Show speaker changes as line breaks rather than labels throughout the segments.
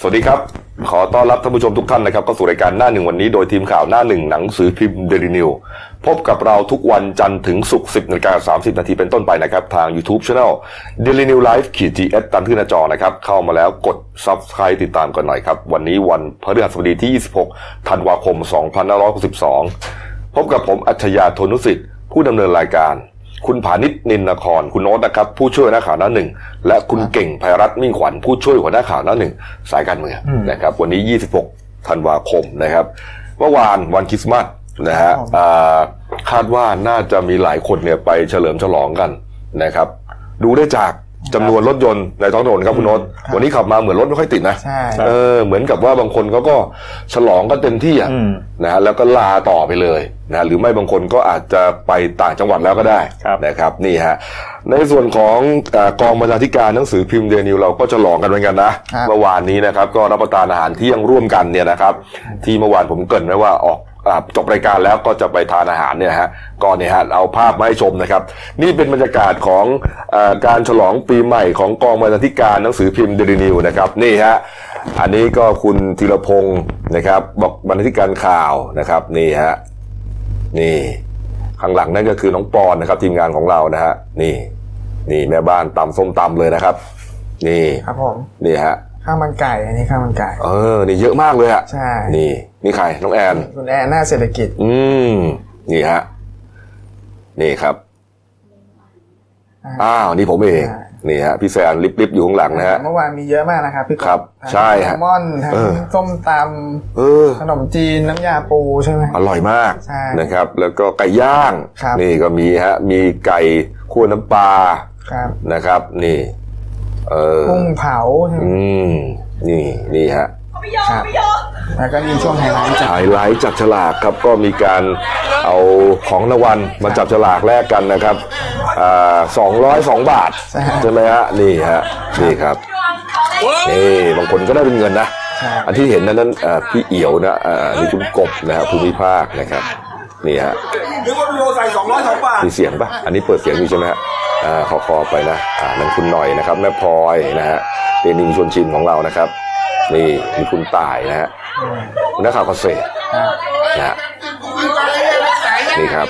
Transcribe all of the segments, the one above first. สวัสดีครับ ขอต้อนรับท่านผู้ชมทุกท่านนะครับก็สู่รายการหน้าหนึ่งวันนี้โดยทีมข่าวหน้าหนึ่งหนังสือพิมพ์เดลินิวพบกับเราทุกวันจันทร์ถึงศุกร์10นาฬิกา30 นาทีเป็นต้นไปนะครับ ทาง YouTube Channel d a i l y New Life ขีด GS ตามที่หน้าจอนะครับ เข้ามาแล้วกด Subscribe ติดตามกันหน่อยครับ วันนี้วันพฤหัสบดีที่ 26 ธันวาคม 2562 พบกับผมอัจฉริยะโทนุสิทธิ์ผู้ดำเนินรายการ คุณผานิชนินนคร คุณโน้ตนะครับ ผู้ช่วยหัวหน้าข่าวหน้าหนึ่ง และคุณเก่งภัยรัตน์มิ่งขวัญผู้ช่วยหัวหน้าข่าวหน้าหนึ่ง สายการเมืองนะครับ วันนี้ 26 ธันวาคมนะครับ เมื่อวานวันคริสต์มาสนะฮะอ่าคาดว่าน่าจะมีหลายคนเนี่ยไปเฉลิมฉลองกันนะครับ ดูได้จากจำนวนรถยนต์ในท้องถนนครับคุณโน้ตวันนี้ขับมาเหมือนรถไม่ค่อยติดนะ
ใช่
เออเหมือนกับว่าบางคนเขาก็ฉลองกันเต็มที่อ่ะ
อืม
นะฮะแล้วก็ลาต่อไปเลยนะฮะหรือไม่บางคนก็อาจจะไปต่างจังหวัดแล้วก็ได้
ครับ
นะครับนี่ฮะในส่วนของเออกองบรรณาธิการหนังสือพิมพ์เดนิวเราก็ฉลองกันเหมือนกันนะครับ เมื่อวานนี้นะครับก็รับประทานอาหารเที่ยงร่วมกันเนี่ยนะครับ ที่เมื่อวานผมเกรินไว้ว่าออกอาจบรายการแล้วก็จะไปทานอาหารเนี่ยนะฮะก็เนี่ยฮะเอาภาพมาให้ชมนะครับ นี่เป็นบรรยากาศของเออการฉลองปีใหม่ของกองบรรณาธิการหนังสือพิมพ์เดลินิวนะครับนี่ฮะ อันนี้ก็คุณธีรพงศ์นะครับ บอกบรรณาธิการข่าวนะครับ นี่ฮะนี่ข้างหลังนั่นก็คือน้องปอนนะครับ ทีมงานของเรานะฮะนี่ นี่แม่บ้านตำส้มตำเลยนะครับ นี่
ครับผม
นี่ฮะ
ข้าวมันไก่อันนี้ข้าวมันไก่
เออ นี่เยอะมากเลยอะ
ใช่
นี่ นี่ใครน้องแอน
คุณแอนหน้าเศรษฐกิจ
อืมนี่ฮะนี่ครับ อ้าวนี่ผมเองนี่ฮะพี่แซนลิบๆอยู่ข้างหลังนะฮะ
เมื่อวานมีเยอะมากนะครับพี่ก
ครับ
ทั้ง
ใช่ฮะ
แซลมอนทั้ง
เออ
ส้มต
เออ
ำขนมจีนน้ำยาปูใช่ไหม
อร่อยมาก
ใช่
นะครับ แล้วก็ไก่ย่าง
ครับ
นี่ก็มีฮะ มีไก่คั่วน้ำปลา
ครับ
นะครับ นี่ เออ
กุ้งเผาใช่ไหม
อืมนี่นี่ฮะ
ครับแล้วก็มีช่วงไฮไลท์จาก
ไฮไลท์จับฉลากครับก็มีการเอาของรางวัลมาจับฉลากแลกกันนะครับอ่าสองร้อยสองบาทใช่ไหมฮะนี่ฮะนี่ครับนี่บางคนก็ได้เป็นเงินนะ
ครับ
อันที่เห็นนั้นนั้นเอ่อพี่เอี่ยวนะเอ่อนี่คุณกบนะฮะภูมิภาคนะครับนี่ฮะ
นึกว่าพี่โยใส่สองร้อยสองบาท
มีเสียงปะอันนี้เปิดเสียงอยู่ใช่ไหมฮะอ่าขอคอไปนะอ่านั่นคุณหน่อยนะครับแม่พลอยนะฮะเดนิงชวนชิมของเรานะครับ นี่มีคุณต่ายนะฮะนักข่าวเกษตรนะฮะนี่ครับ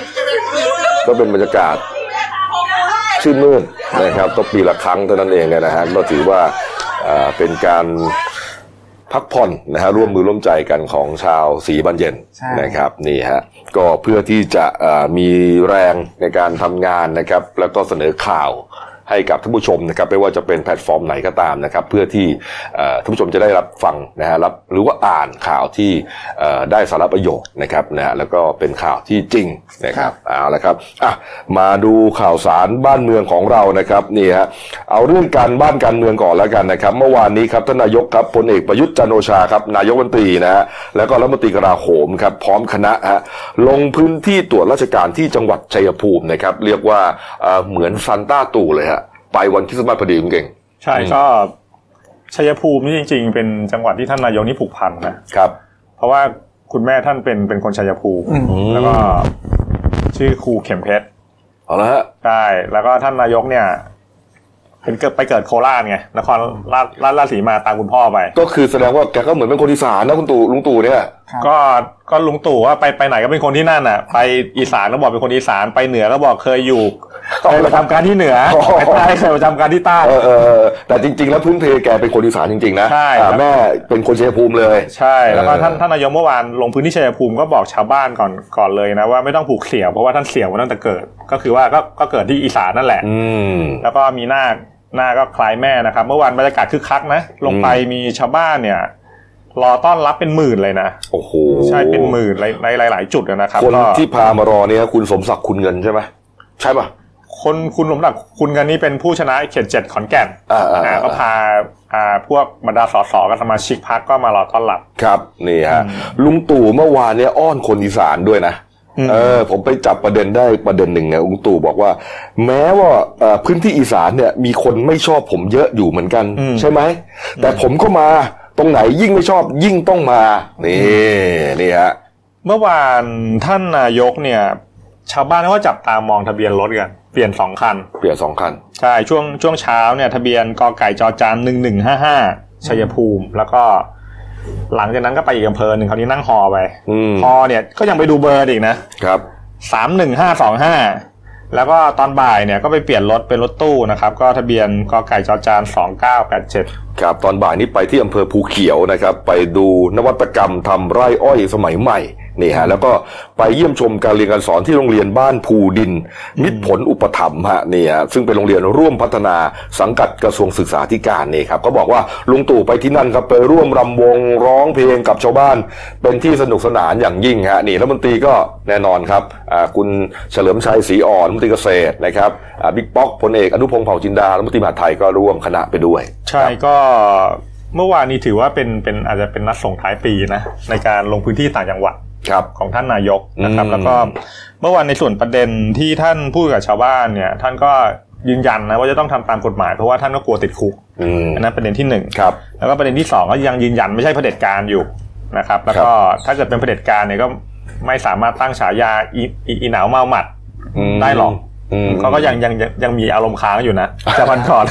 ก็เป็นบรรยากาศชื่นมื่นนะครับต้องปีละครั้งเท่านั้นเองเนี่ยนะฮะก็ถือว่าเอ่อเป็นการพักผ่อนนะฮะร่วมมือร่วมใจกันของชาวสีบันเย็นนะครับนี่ฮะก็เพื่อที่จะเอ่อมีแรงในการทำงานนะครับ แล้วก็เสนอข่าวให้กับท่านผู้ชมนะครับไม่ว่าจะเป็นแพลตฟอร์มไหนก็ตามนะครับ เพื่อที่เอ่อท่านผู้ชมจะได้รับฟังนะฮะรับหรือว่าอ่านข่าวที่เอ่อได้สาระประโยชน์นะครับนะฮะแล้วก็เป็นข่าวที่จริงนะครับ เอาละครับอ่ะมาดูข่าวสารบ้านเมืองของเรานะครับนี่ฮะเอาเรื่องการบ้านการเมืองก่อนแล้วกันนะครับ เมื่อวานนี้ครับท่านนายกครับพลเอกประยุทธ์จันทร์โอชาครับนายกรัฐมนตรีนะฮะแล้วก็รัฐมนตรีกลาโหมครับพร้อมคณะฮะลงพื้นที่ตรวจราชการที่จังหวัดชัยภูมินะครับ เรียกว่าเอ่อเหมือนซันต้าตู่เลยฮะไปวันคริสต์มาสพอดีคุณเก่ง
ใช่ก็ชัยภูมินี่จริง ๆ เป็นจังหวัดที่ท่านนายกนี่ผูกพันนะครับ เพราะว่าคุณแม่ท่านเป็นเป็นคนชัยภูมิแล้วก็ชื่อครูเข็มเพชร
เอาละฮะ
ใช่แล้วก็ท่านนายกเนี่ย เป็นเกิดไปเกิดโคราชไงนครราชราชราชสีมาตามคุณพ่อไป
ก็คือแสดงว่าแกก็เหมือนเป็นคนอีสานนะคุณตู่ลุงตู่เนี่ย
ก็ก็ลุงตู่ว่าไปไปไหนก็เป็นคนที่นั่นน่ะ ไปอีสานแล้วบอกเป็นคนอีสานไปเหนือแล้วบอกเคยอยู่เคยประจำการที่เหนือไปใต้เคยประจำการที่ใต้
เออเออเออแต่จริง ๆ แล้วพื้นเพแกเป็นคนอีสานจริงๆนะ
ใช่ครับ
อ่าแม่เป็นคนชัยภูมิเลย
ใช่แล้วก็ท่าน
เออ
ท่านนายกเมื่อวานลงพื้นที่ชัยภูมิก็บอกชาวบ้านก่อนก่อนเลยนะว่าไม่ต้องผูกเสี่ยวเพราะว่าท่านเสี่ยวมาตั้งแต่เกิด ก็คือว่าก็ก็เกิดที่อีสานนั่นแหละ
อืม
แล้วก็มีนาคนาคก็คล้ายแม่นะครับ เมื่อวานบรรยากาศคึกคักนะ ลงไปมีชาวบ้านเนี่ย รอต้อนรับเป็นหมื่นเลยนะ
โอ้โห
ใช่เป็นหมื่นในในในหลาย ๆ จุดนะครับ
คน
ก็
ที่พามารอเนี่ยคุณสมศักดิ์คุณเงินใช่ไหมใช่ป่ะ
คนคุณสมศักดิ์คุณกันนี่เป็นผู้ชนะเขตเจ็ดขอนแก่น
อ่าอ่าอ่า
อ่าก็พาอ่าพวกบรรดาสสกับสมาชิกพรรคก็มารอต้อนรับ
ครับนี่ฮะลุงตู่เมื่อวานเนี่ยอ้อนคนอีสานด้วยนะ
อืม
เออผมไปจับประเด็นได้ประเด็นหนึ่งเนี่ยลุงตู่บอกว่า แม้ว่าเอ่อพื้นที่อีสานเนี่ยมีคนไม่ชอบผมเยอะอยู่เหมือนกัน ใช่ไหมแต่ผมก็มาตรงไหนยิ่งไม่ชอบยิ่งต้องมานี่นี่ฮะ
เมื่อวานท่านนายกเนี่ย ชาวบ้านเขาก็จับตามองทะเบียนรถกันเปลี่ยนสองคัน
เปลี่ยนสองคัน
ใช่ช่วงช่วงเช้าเนี่ยทะเบียนกอไก่จอจานหนึ่งหนึ่งห้าห้า ชัยภูมิ แล้วก็ หลังจากนั้นก็ไปอีกอำเภอหนึ่งคราวนี้นั่งฮอไป
อืม
ฮอเนี่ยก็ยังไปดูเบอร์อีกนะครับ สามหนึ่งห้าสองห้าแล้วก็ตอนบ่ายเนี่ยก็ไปเปลี่ยนรถเป็นรถตู้นะครับ ก็ทะเบียนกไก่จอจานสองเก้าแปดเจ็ด
ครับตอนบ่ายนี้ไปที่อำเภอภูเขียวนะครับ ไปดูนวัตกรรมทำไร่อ้อยสมัยใหม่นี่ฮะแล้วก็ไปเยี่ยมชมการเรียนการสอนที่โรงเรียนบ้านภูดิน มิตรผลอุปถัมภ์ฮะนี่ฮะซึ่งเป็นโรงเรียนร่วมพัฒนาสังกัดกระทรวงศึกษาธิการนี่ครับก็บอกว่าลุงตู่ไปที่นั่นครับไปร่วมรำวงร้องเพลงกับชาวบ้าน เป็นที่สนุกสนานอย่างยิ่งฮะนี่รัฐมนตรีก็แน่นอนครับอ่าคุณเฉลิมชัยศรีอ่อนรัฐมนตรีเกษตรนะครับอ่าบิ๊กป๊อกพลเอกอนุพงศ์เผ่าจินดารัฐมนตรีมหาดไทยก็ร่วมคณะไปด้วย
ใช่ก็เมื่อวานนี้ถือว่าเป็นเป็นอาจจะเป็นนัดส่งท้ายปีนะในการลงพื้นที่ต่างจังหวัด
ครับ
ของท่านนายกนะครับ
อืม
แล้วก็เมื่อวานในส่วนประเด็นที่ท่านพูดกับชาวบ้านเนี่ย ท่านก็ยืนยันนะว่าจะต้องทำตามกฎหมายเพราะว่าท่านก็กลัวติดคุก
อืม
อันนั้นประเด็นที่หนึ่ง
ครับ
แล้วก็ประเด็นที่สองก็ยังยืนยันไม่ใช่เผด็จการอยู่นะครับ แล้วก็ถ้าเกิดเป็นเผด็จการเนี่ยก็ไม่สามารถตั้งฉายาอีอีอีหนาวเมาหมัด ได้หรอก
อืม
เขาก็ยังยังยังยังมีอารมณ์ค้างอยู่ นะจากวันก่อน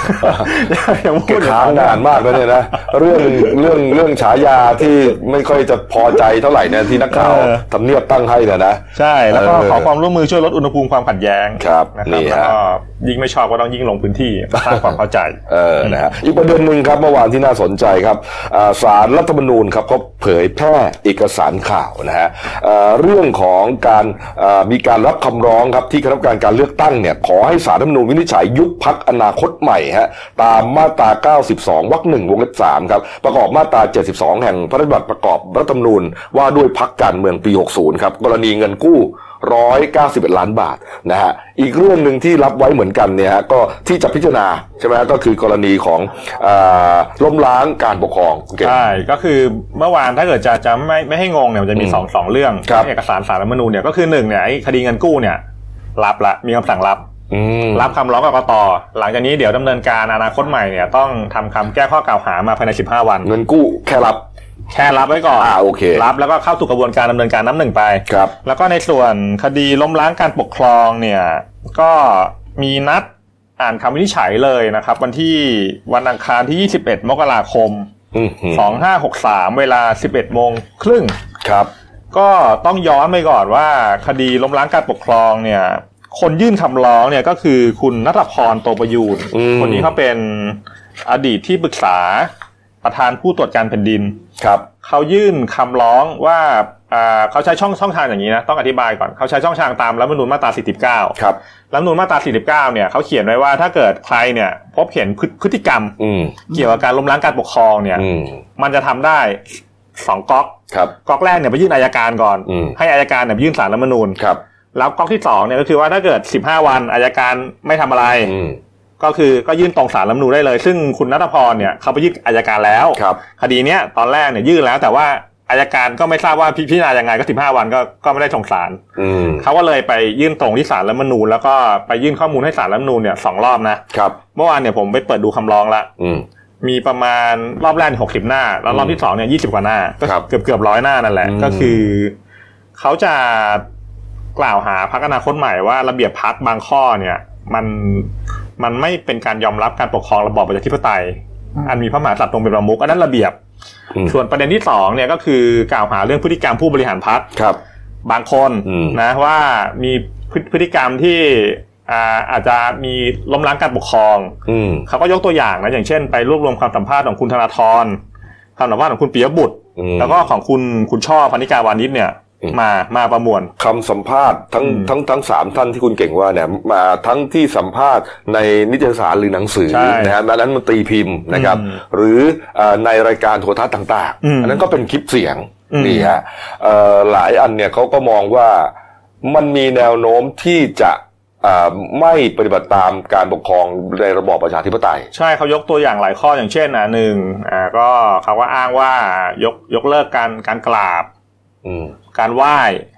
ยังพูดอยู่
ค้างนานมากแล้วเนี่ยนะ เรื่องเรื่องเรื่องฉายาที่ไม่ค่อยจะพอใจเท่าไหร่เนี่ยที่นักข่าว
เออ
ทำเนียบตั้งให้เนี่ยนะ
ใช่แล้วก็
เออ
ขอความร่วมมือช่วยลดอุณหภูมิความขัดแย้ง
ครับ
นะค
นี่
รับแล้ว
ฮะ
ก็ยิ่งไม่ชอบก็ต้องยิ่งลงพื้น ที่สร้างความเข้าใจ
เออนะฮะอีกประเด็นหนึ่งครับเมื่อวานที่น่าสนใจครับอ่าสารรัฐธรรมนูญครับเขาเผยแพร่เอกสารข่าวนะฮะเอ่อเรื่องของการเอ่อมีการรับคำร้องครับที่คณะกรรมการการเลือกตั้งเนี่ยขอให้สารรัฐธรรมนูญวินิจฉัยยุบพักอนาคตใหม่ฮะตามมาตรา 92 วรรคหนึ่งวงเล็บ3ครับประกอบมาตรา 72 แห่งพระราชบัญญัติประกอบรัฐธรรมนูญว่าด้วยพักการเมืองปี 60 ครับกรณีเงินกู้ 191 ล้านบาทนะฮะอีกเรื่องหนึ่งที่รับไว้เหมือนกันเนี่ยฮะก็ที่จะพิจารณาใช่ไหมฮะก็คือกรณีของเออล้มล้างการปกครองโอเค
ใช่ ก็คือเมื่อวานถ้าเกิดจะจะไม่ไม่ให้งงเนี่ยมันจะมี
อืม
สองสองเรื่อง
ครับ
เอกสารสารรัฐธรรมนูญเนี่ยก็คือหนึ่งเนี่ยไอ้คดีเงินกู้เนี่ยรับละมีคำสั่งรับ
อืม
รับคำร้องกกตหลังจากนี้เดี๋ยวดำเนินการอนาคตใหม่เนี่ยต้องทำคำแก้ข้อกล่าวหามาภายใน 15 วัน
เงินกู้แค่รับ
แค่รับไว้ก่อน
อ่าโอเค
รับแล้วก็เข้าสู่กระบวนการดำเนินการน้ำหนึ่งไป
ครับ
แล้วก็ในส่วนคดีล้มล้างการปกครองเนี่ยก็มีนัดอ่านคำวินิจฉัยเลยนะครับ วันที่วันอังคารที่ 21 มกราคม
อืม
2563 เวลา 11 โมงครึ่ง
ครับ
ก็ต้องย้อนไปก่อนว่าคดีล้มล้างการปกครองเนี่ยคนยื่นคำร้องเนี่ยก็คือคุณนัทพรโตประยูน
อืม
คนนี้เขาเป็นอดีตที่ปรึกษาประธานผู้ตรวจการแผ่นดิน
ครับ
เขายื่นคำร้องว่าอ่าเขาใช้ช่องช่องทางอย่างนี้นะต้องอธิบายก่อนเขาใช้ช่องทางตามรัฐธรรมนูญมาตรา 49
ครับ
รัฐธรรมนูญมาตรา 49 เนี่ยเขาเขียนไว้ว่าถ้าเกิดใครเนี่ยพบเห็นพฤพฤติกรรม
อืม
เกี่ยวกับการล้มล้างการปกครองเนี่ย
อืม
มันจะทำได้สองก๊อก
ครับ
ก๊อกแรกเนี่ยไปยื่นอายการก่อน
อืม
ให้อายการเนี่ยไปยื่นสารรัฐธรรมนูญ
ครับ
แล้วก๊อกที่สองเนี่ยก็คือว่าถ้าเกิด 15 วันอายการไม่ทำอะไร
อืม
ก็คือก็ยื่นตรงสารรัฐธรรมนูญได้เลย ซึ่งคุณนัทพรเนี่ยเขาไปยื่นอายการแล้ว
ครับ
คดีเนี้ยตอนแรกเนี่ยยื่นแล้วแต่ว่าอายการก็ไม่ทราบว่าพิจารณายังไงก็ 15 วันก็ก็ไม่ได้ส่งสาร
อืม
เขาก็เลยไปยื่นตรงที่ศาลรัฐธรรมนูญแล้วก็ไปยื่นข้อมูลให้ศาลรัฐธรรมนูญเนี่ยสองรอบนะครับ เมื่อวานเนี่ยผมไปเปิดดูคำร้องละ
อืม
มีประมาณรอบแรกหกสิบหน้า แล้วรอบที่สองเนี่ยยี่สิบกว่าหน้าก็
ครับ
เกือบเกือบร้อยหน้านั่นแหละ
อืม
ก็คือเขาจะกล่าวหาพักอนาคตใหม่ว่าระเบียบพักบางข้อเนี่ยมันมันไม่เป็นการยอมรับการปกครองระบอบประชาธิปไตย
อืม
อันมีพระมหากษัตริย์ทรงเป็นประมุขอันนั้นระเบียบ
อืม
ส่วนประเด็นที่สองเนี่ยก็คือกล่าวหาเรื่องพฤติกรรมผู้บริหารพัก
ครับ
บางคน
อืม
นะว่ามีพฤพฤติกรรมที่อ่าอาจจะมีล้มล้างการปกครอง
อืม
เขาก็ยกตัวอย่างนะอย่างเช่นไปรวบรวมความสัมภาษณ์ของคุณธนาธรความสัมภาษณ์ของคุณปิยบุตร
อืม
แล้วก็ของคุณคุณช่อพนิกาวานิชเนี่ย
อืม
มามาประมวล
คำสัมภาษณ์ทั้ง
อืม
ทั้งทั้งสามท่านที่คุณเก่งว่าเนี่ยมาทั้งที่สัมภาษณ์ในนิตยสารหรือหนังสือ
ใช่
นะฮะและนั้นมันตีพิมพ์นะครับ
อืม
หรือเอ่อในรายการโทรทัศน์ต่าง
อืม
ๆ อันนั้นก็เป็นคลิปเสียง
อืม
นี่ฮะเอ่อหลายอันเนี่ยเขาก็มองว่ามันมีแนวโน้มที่จะเอ่อไม่ปฏิบัติตามการปกครองในระบอบประชาธิปไตย
ใช่เขายกตัวอย่างหลายข้ออย่างเช่นนะหนึ่งอ่าก็เขาก็อ้างว่ายกยกเลิกการการกราบ
อืม
การไหว้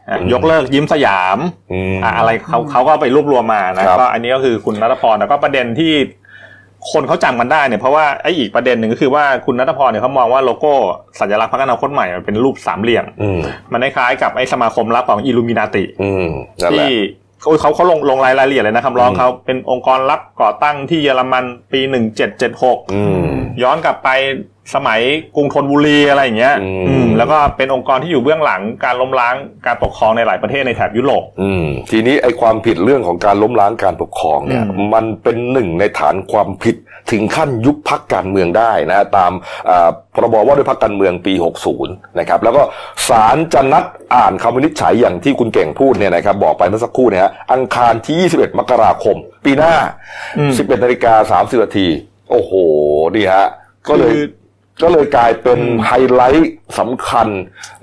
อ่ะ
อืม
ยกเลิกยิ้มสยาม
อืม
อ่ะอะไรเขาเขาก็ไปรวบรวมมานะครับ ก็อันนี้ก็คือคุณนัทพรแล้วก็ประเด็นที่คนเขาจำมันได้เนี่ยเพราะว่าไอ้อีกประเด็นหนึ่งก็คือว่าคุณนัทพรเนี่ยเขามองว่าโลโก้สัญลักษณ์พรรคอนาคตใหม่มันเป็นรูปสามเหลี่ยม
อืม
มันคล้ายๆกับไอ้สมาคมลับของอิลูมินาติ
อืมนั่นแห
ที่
ละ
โอ้ยเขาเขาลงลงรายละเอียดเลยนะคำร้อง
อืม
เขาเป็นองค์กรลับก่อตั้งที่เยอรมันปีหนึ่งเจ็ดเจ็ดหก
อืม
ย้อนกลับไป สมัยกรุงธนบุรีอะไรอย่างเงี้ย
อืม
อืมแล้วก็เป็นองค์กรที่อยู่เบื้องหลังการล้มล้างการปกครองในหลายประเทศในแถบยุโรป
อืมทีนี้ไอ้ความผิดเรื่องของการล้มล้างการปกครองเนี่ย
อืม
มันเป็นหนึ่งในฐานความผิดถึงขั้นยุบพักการเมืองได้นะฮะตามอ่าพรบว่าด้วยพักการเมืองปี 60 นะครับแล้วก็ศาลจะนัดอ่านคำวินิจฉัยอย่างที่คุณเก่งพูดเนี่ยนะครับบอกไปเมื่อสักครู่เนี่ยฮะอังคารที่ 21 มกราคม ปีหน้า
อืม
11นาฬิกา30นาทีโอ้โหนี่ฮะก็เลย
คือ
ก็เลยกลายเป็นไฮไลท์สำคัญ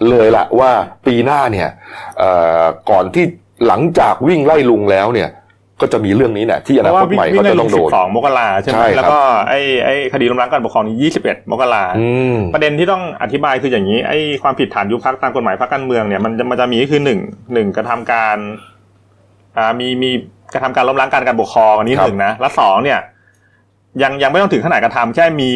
เลยละว่าปีหน้าเนี่ยเอ่อก่อนที่หลังจากวิ่งไล่ลุงแล้วเนี่ย ก็จะมีเรื่องนี้เนี่ยที่อ
เพ
นา
ราะ
ค
ว่า
ต
วิ่
ใหม่
วิ่
เขา
งใน
จะ
ล
ต้อง งโดน
12 มกราใช่ไหม
ใช่ครับ
แล้วก็ไอ้ไอ้คดีล้มล้างการปกครองนี่21 มกรา
อืม
ประเด็นที่ต้องอธิบายคืออย่างนี้ไอ้ความผิดฐานยุบพักตามกฎหมายพรรคการเมืองเนี่ยมันจะมันจะมีก็คือหนึ่งหนึ่งกระทำการอ่ามีมีกระทำการล้มล้างการการปกครองอันนี้
ครับ
หนึ่งนะและสองเนี่ย ยังยังไม่ต้องถึงขนาดกระทำแค่มี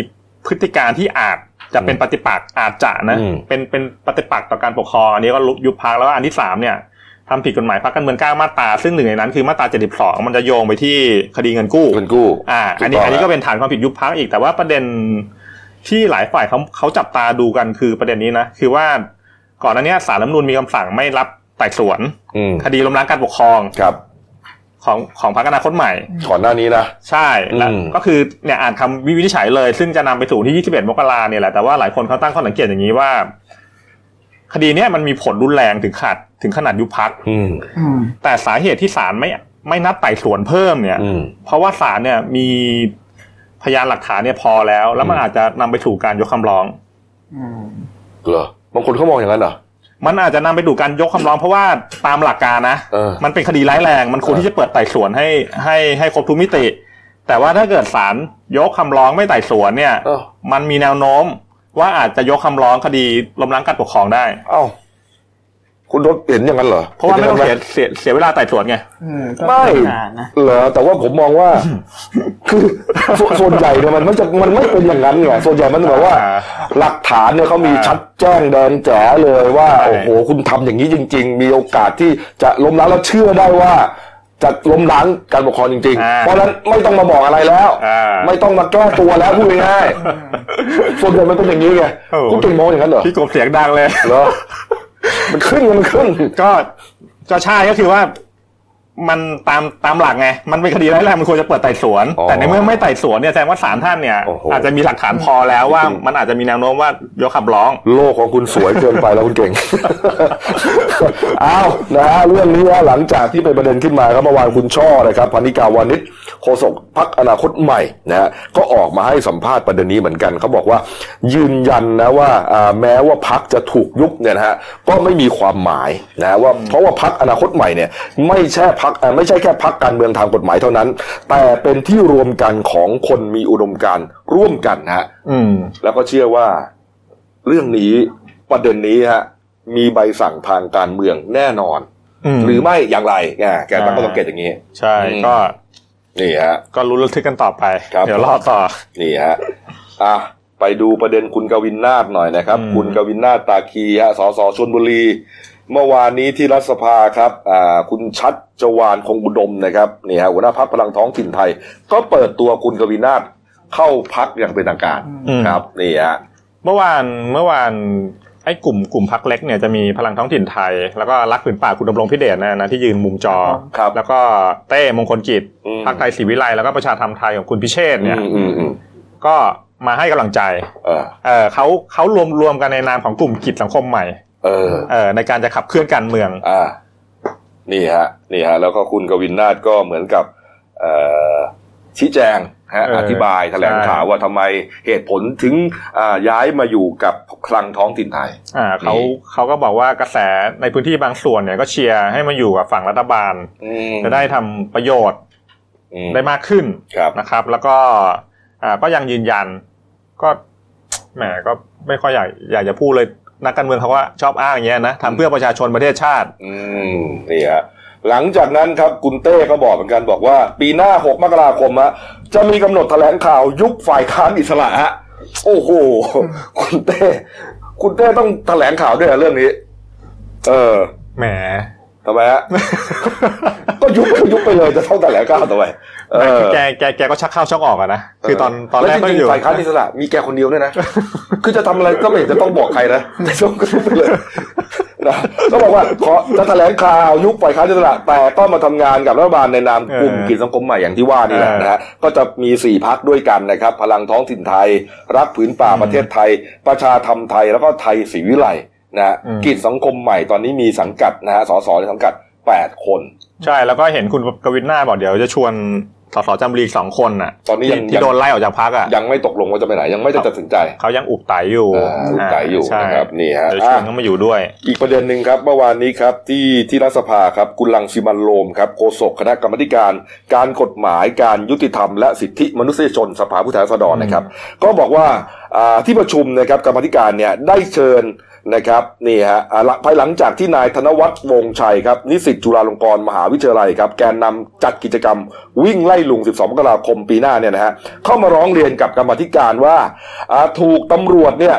พฤติการที่อาจจะเป็นปฏิปักษ์อาจจะนะ
อืม
เป็นเป็นปฏิปักษ์ต่อการปกครองอันนี้ก็ลุยุบพักแล้วอันที่สามเนี่ยทำผิดกฎหมายพรรคการเมืองเก้ามาตราซึ่งหนึ่งในนั้นคือมาตราเจ็ดสิบสองมันจะโยงไปที่คดีเงินกู้
เงินกู้
อ่า
ถูก
อันนี้
ต้อง
อันนี้
แล้ว
ก็เป็นฐานความผิดยุบพักอีกแต่ว่าประเด็นที่หลายฝ่ายเขาเขาจับตาดูกันคือประเด็นนี้นะ คือว่าก่อนหน้านี้สารรัฐธรรมนูญมีคำสั่งไม่รับไต่สวน
อืม
คดีล้มล้างการปกครอง
ครับ
ของของพรรคอนาคตใหม่
ก่อนหน้านี้นะ
ใช่และ
อืม
ก็คือเนี่ยอ่านคำวินิจฉัยเลย ซึ่งจะนำไปสู่ที่ 21 มกราเนี่ยแหละแต่ว่าหลายคนเขาตั้งข้อสังเกตอย่างนี้ว่า คดีเนี้ยมันมีผลรุนแรงถึงขาดถึงขนาดยุบพัก
อืม
อืม
แต่สาเหตุที่ศาลไม่ไม่นัดไต่สวนเพิ่มเนี่ย
อืม
เพราะว่าศาลเนี่ยมีพยานหลักฐานเนี่ยพอแล้ว แล้วมัน
อืม
อาจจะนำไปสู่การยกคำร้อง
อืม
เหรอบางคนเขามองอย่างนั้นเหรอ
มันอาจจะนำไปสู่การยกคำร้อง เพราะว่าตามหลักการนะ
เออ
มันเป็นคดีร้ายแรงมันควรที่จะเปิดไต่สวนให้ให้ให้ครบทุกมิติ แต่ว่าถ้าเกิดศาลยกคำร้องไม่ไต่สวนเนี่ย
เอ้า
มันมีแนวโน้มว่าอาจจะยกคำร้องคดีล้มล้างการปกครองได้
เอ้าคุณรถเห็นอย่างนั้นเหรอ
เพราะว่าไม่ต้อง
ห็น
เสี
ย่
ย
นั้นห
เสียเสียเวลาไต่สวนไง
อืมก็
ไม่
เป็นฐานนะ
เหรอแต่ว่าผมมองว่า คือ ส่วนส่วนใหญ่เนี่ยมันไม่จะมันไม่เป็นอย่างนั้นไงส่วนใหญ่มันแบบว่า
อ่า
หลักฐานเนี่ยเขามีชัดแจ้งแดงแจ๋เลยว่า
ใช่
โอ้โหคุณทำอย่างนี้จริง ๆ มีโอกาสที่จะล้มล้างแล้วเชื่อได้ว่า จะล้มล้างการปกครองจริง ๆ เพราะฉะนั้นไม่ต้องมาบอกอะไรแล้ว
อ่า
ไม่ต้องมาแก้ตัวแล้วพูดง่ายๆส่วนใหญ่มันเป็นอย่างนี้ไง
โอ้โห
คุณเก่งมองอย่างนั้นเหรอ
พี่กบเสียงดังเลย
เหรอมันขึ้นมันขึ้น
ก็ก็ใช่ก็คือว่ามันตามตามหลักไง มันเป็นคดีร้ายแรงมันควรจะเปิดไต่สวน
อ๋อ
แต่ในเมื่อไม่ไต่สวนเนี่ยแสดงว่าศาลท่านเนี่ย
โอ้โห
อาจจะมีหลักฐานพอแล้วว่ามันอาจจะมีแนวโน้มว่ายกคำร้อง
โลกของคุณสวยเกินไปแล้วคุณเก่ง อ้าวนะฮะเรื่องนี้นะหลังจากที่เป็นประเด็นขึ้นมาครับเมื่อวานคุณช่อนะครับพนิกาวานิชโฆษกพักอนาคตใหม่นะฮะก็ออกมาให้สัมภาษณ์ประเด็นนี้เหมือนกันเขาบอกว่า ยืนยันนะว่าอ่าแม้ว่าพักจะถูกยุบเนี่ยนะฮะก็ไม่มีความหมายนะฮะว่าเพราะว่าพักอนาคตใหม่เนี่ยไม่ใช่พักไม่ใช่แค่พักการเมืองทางกฎหมายเท่านั้น แต่เป็นที่รวมกันของคนมีอุดมการณ์ร่วมกันนะฮะ
อืม
แล้วก็เชื่อว่าเรื่องนี้ประเด็นนี้ฮะมีใบสั่งทางการเมืองแน่นอน
อืม
หรือไม่อย่างไรเนี่ยแกตั้งข้อ
อ่า
สังเกตอย่างนี้
ใช่
อืม
ก็
นี่ฮะ
ก็รู้นระทึกกันต่อไป
ครับ
เดี๋ยวรอต่อ
นี่ฮะอ่ะไปดูประเด็นคุณกวินนาถหน่อยนะครับ
อืม
คุณกวินนาถตาคีฮะสสชลบุรี เมื่อวานนี้ที่รัฐสภาครับอ่าคุณชัดจวานคงบุดมนะครับนี่ฮะหัวหน้าพักพลังท้องถิ่นไทย ก็เปิดตัวคุณกวินนาถเข้าพักอย่างเป็นทางการ
อืม
ครับนี่ฮะ
เมื่อวานเมื่อวานไอ้กลุ่มกลุ่มพักเล็กเนี่ยจะมีพลังท้องถิ่นไทย แล้วก็รักผืนป่าคุณดำรงพิเดชนะนะที่ยืนมุมจอ
ครับ
แล้วก็เต้มงคลกิจ
อืม
พักไทยศรีวิไลแล้วก็ประชาธรรมไทยของคุณพิเชษฐ์
อื
เนี่ย
มอืมอืม
ก็มาให้กำลังใจ
เออ
เออเขาเขารวมรวมกันในนามของกลุ่มกิจสังคมใหม่
เออ
เออในการจะขับเคลื่อนการเมือง
อ่า นี่ฮะ นี่ฮะ แล้วก็คุณกวินนาถก็เหมือนกับเอ่อชี้แจงฮะ
เออ
อ
อ
ธิบายแถลง
ใช่
ข่าวว่าทำไมเหตุผลถึงอ่าย้ายมาอยู่กับคลังท้องถิ่นไทย
อ่าเขา
นี่
เขาก็บอกว่ากระแสในพื้นที่บางส่วนเนี่ยก็เชียร์ให้มาอยู่กับฝั่งรัฐบาล จะได้ทำประโยชน์
อืม
ได้มากขึ้น
ครับ
นะครับ แล้วก็อ่าก็ยังยืนยัน ก็แหมก็ไม่ค่อยอยากอยากจะพูดเลยนักการเมืองเขาว่าชอบอ้างอย่างเงี้ยนะทำเพื่อประชาชนประเทศชาติ
อืมนี่ฮะหลังจากนั้นครับคุณเต้ก็บอกเหมือนกันบอกว่า ปีหน้า 6 มกราคมฮะจะมีกำหนดแถลงข่าวยุบฝ่ายค้านอิสระฮะโอ้โห คุณเต้ คุณเต้ต้องแถลงข่าวด้วยเหรอเรื่องนี้ เออ
แหม
ทำไมฮะ ก็ยุบก็ยุบไปเลยจะเท่าแต่แหลก้าวทำไมเออ
แกแกแกก็ชักเข้าชักออกอะนะคือตอนตอนแร
ล้ว
กก็
จ
อ
ริ
ยู่
งๆฝ่ายค้านอิสระมีแกคนเดียว ด้วยนะ คือจะทำอะไรก็ไม่เห็นจะต้องบอกใครนะต้องก็ยุบไปเลย นะก็บอกว่าขอจะแถลงข่าวยุบฝ่ายค้านอิสระ แต่ต้องมาทำงานกับรัฐบาลในนามกลุ่ม
เออ
กิจสังคมใหม่อย่างที่ว่านี่แหละ
เออ
นะฮะก็จะมีสี่พักด้วยกันนะครับ พลังท้องถิ่นไทย รักผืนป่าประเทศไทย ประชาธรรมไทยแล้วก็ไทยศรีวิไลนะฮะกิจสังคมใหม่ตอนนี้มีสังกัดนะฮะสสในสังกัดแปดคน
ใช่แล้วก็เห็นคุณกวินหน้าบอกเดี๋ยวจะชวนสสจำรีสองคนน่ะ
ตอนนี้ยัง
ที่ที่
ยัง
โดนไล่ออกจากพักอ่ะ
ยังไม่ตกลงว่าจะไปไหนยังไม่ได้ตัดสินใจ
เขายังอุบไตอยู่
อ่าอุบไตอยู่
าใช่
นะครับนี่ฮะ
เดี๋ยวชวน
อ่ะ
เขามาอยู่ด้วย
อีกประเด็นหนึ่งครับเมื่อวานนี้ครับที่ที่รัฐสภาครับกุลังสิมันโลมครับโฆษกคณะกรรมาธิการ การกฎหมายการยุติธรรมและสิทธิมนุษยชนสภาผู้แทนราษฎรนะครับ ก็บอกว่าอ่าที่ประชุมนะครับกรรมาธิการเนี่ยได้เชิญนะครับนี่ฮะอ่าหลังภายหลังจากที่นายธนวัฒน์วงศ์ชัยครับนิสิตจุฬาลงกรณ์มหาวิทยาลัยครับแกนนำจัดกิจกรรมวิ่งไล่ลุง 12มกราคมปีหน้าเนี่ยนะฮะเข้ามาร้องเรียนกับกรรมาธิการว่าอ่าถูกตำรวจเนี่ย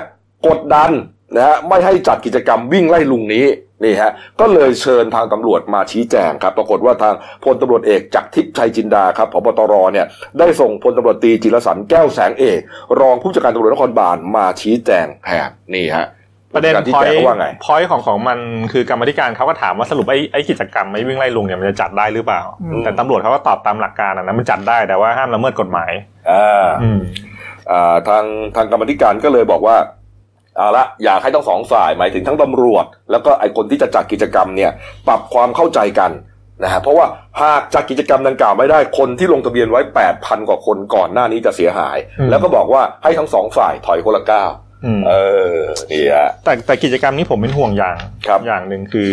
กดดันนะฮะไม่ให้จัดกิจกรรมวิ่งไล่ลุงนี้นี่ฮะก็เลยเชิญทางตำรวจมาชี้แจงครับ ปรากฏว่าทางพลตำรวจเอกจักรทิพย์ชัยจินดาครับพบตรเนี่ยได้ส่งพลตำรวจตรีจิรสันแก้วแสงเอก รองผู้จัดการตำรวจนครบาลมาชี้แจงแทนนี่ฮะ
ประเด็น
ผู้จั
พอ
การ
ย
ที่แจงว่าไง
พอยของของมันคือกรรมธิการเขาก็ถามว่าสรุปไอ้ไอ้กิจกรรมไอ้วิ่งไล่ลุงเนี่ยมันจะจัดได้หรือเปล่า
อืม
แต่ตำรวจเขาก็ตอบตามหลักการอะนะมันจัดได้แต่ว่าห้ามละเมิดกฎหมาย
อ่า
อืม
อ่าทางทางกรรมาธิการก็เลยบอกว่าเอาละอยากให้ทั้งสองฝ่ายหมายถึงทั้งตำรวจ แล้วก็ไอ้คนที่จะจัดกิจกรรมเนี่ยปรับความเข้าใจกันนะฮะเพราะว่าหากจัดกิจกรรมดังกล่าวไม่ได้คนที่ลงทะเบียนไว้ 8,000 กว่าคนก่อนหน้านี้จะเสียหาย
อืม
แล้วก็บอกว่าให้ทั้งสองฝ่ายถอยคนละก้าว
อืม
เออนี่ฮะ
แต่แต่กิจกรรมนี้ผมเป็นห่วงอย่าง
ครับ
อย่างหนึ่งคือ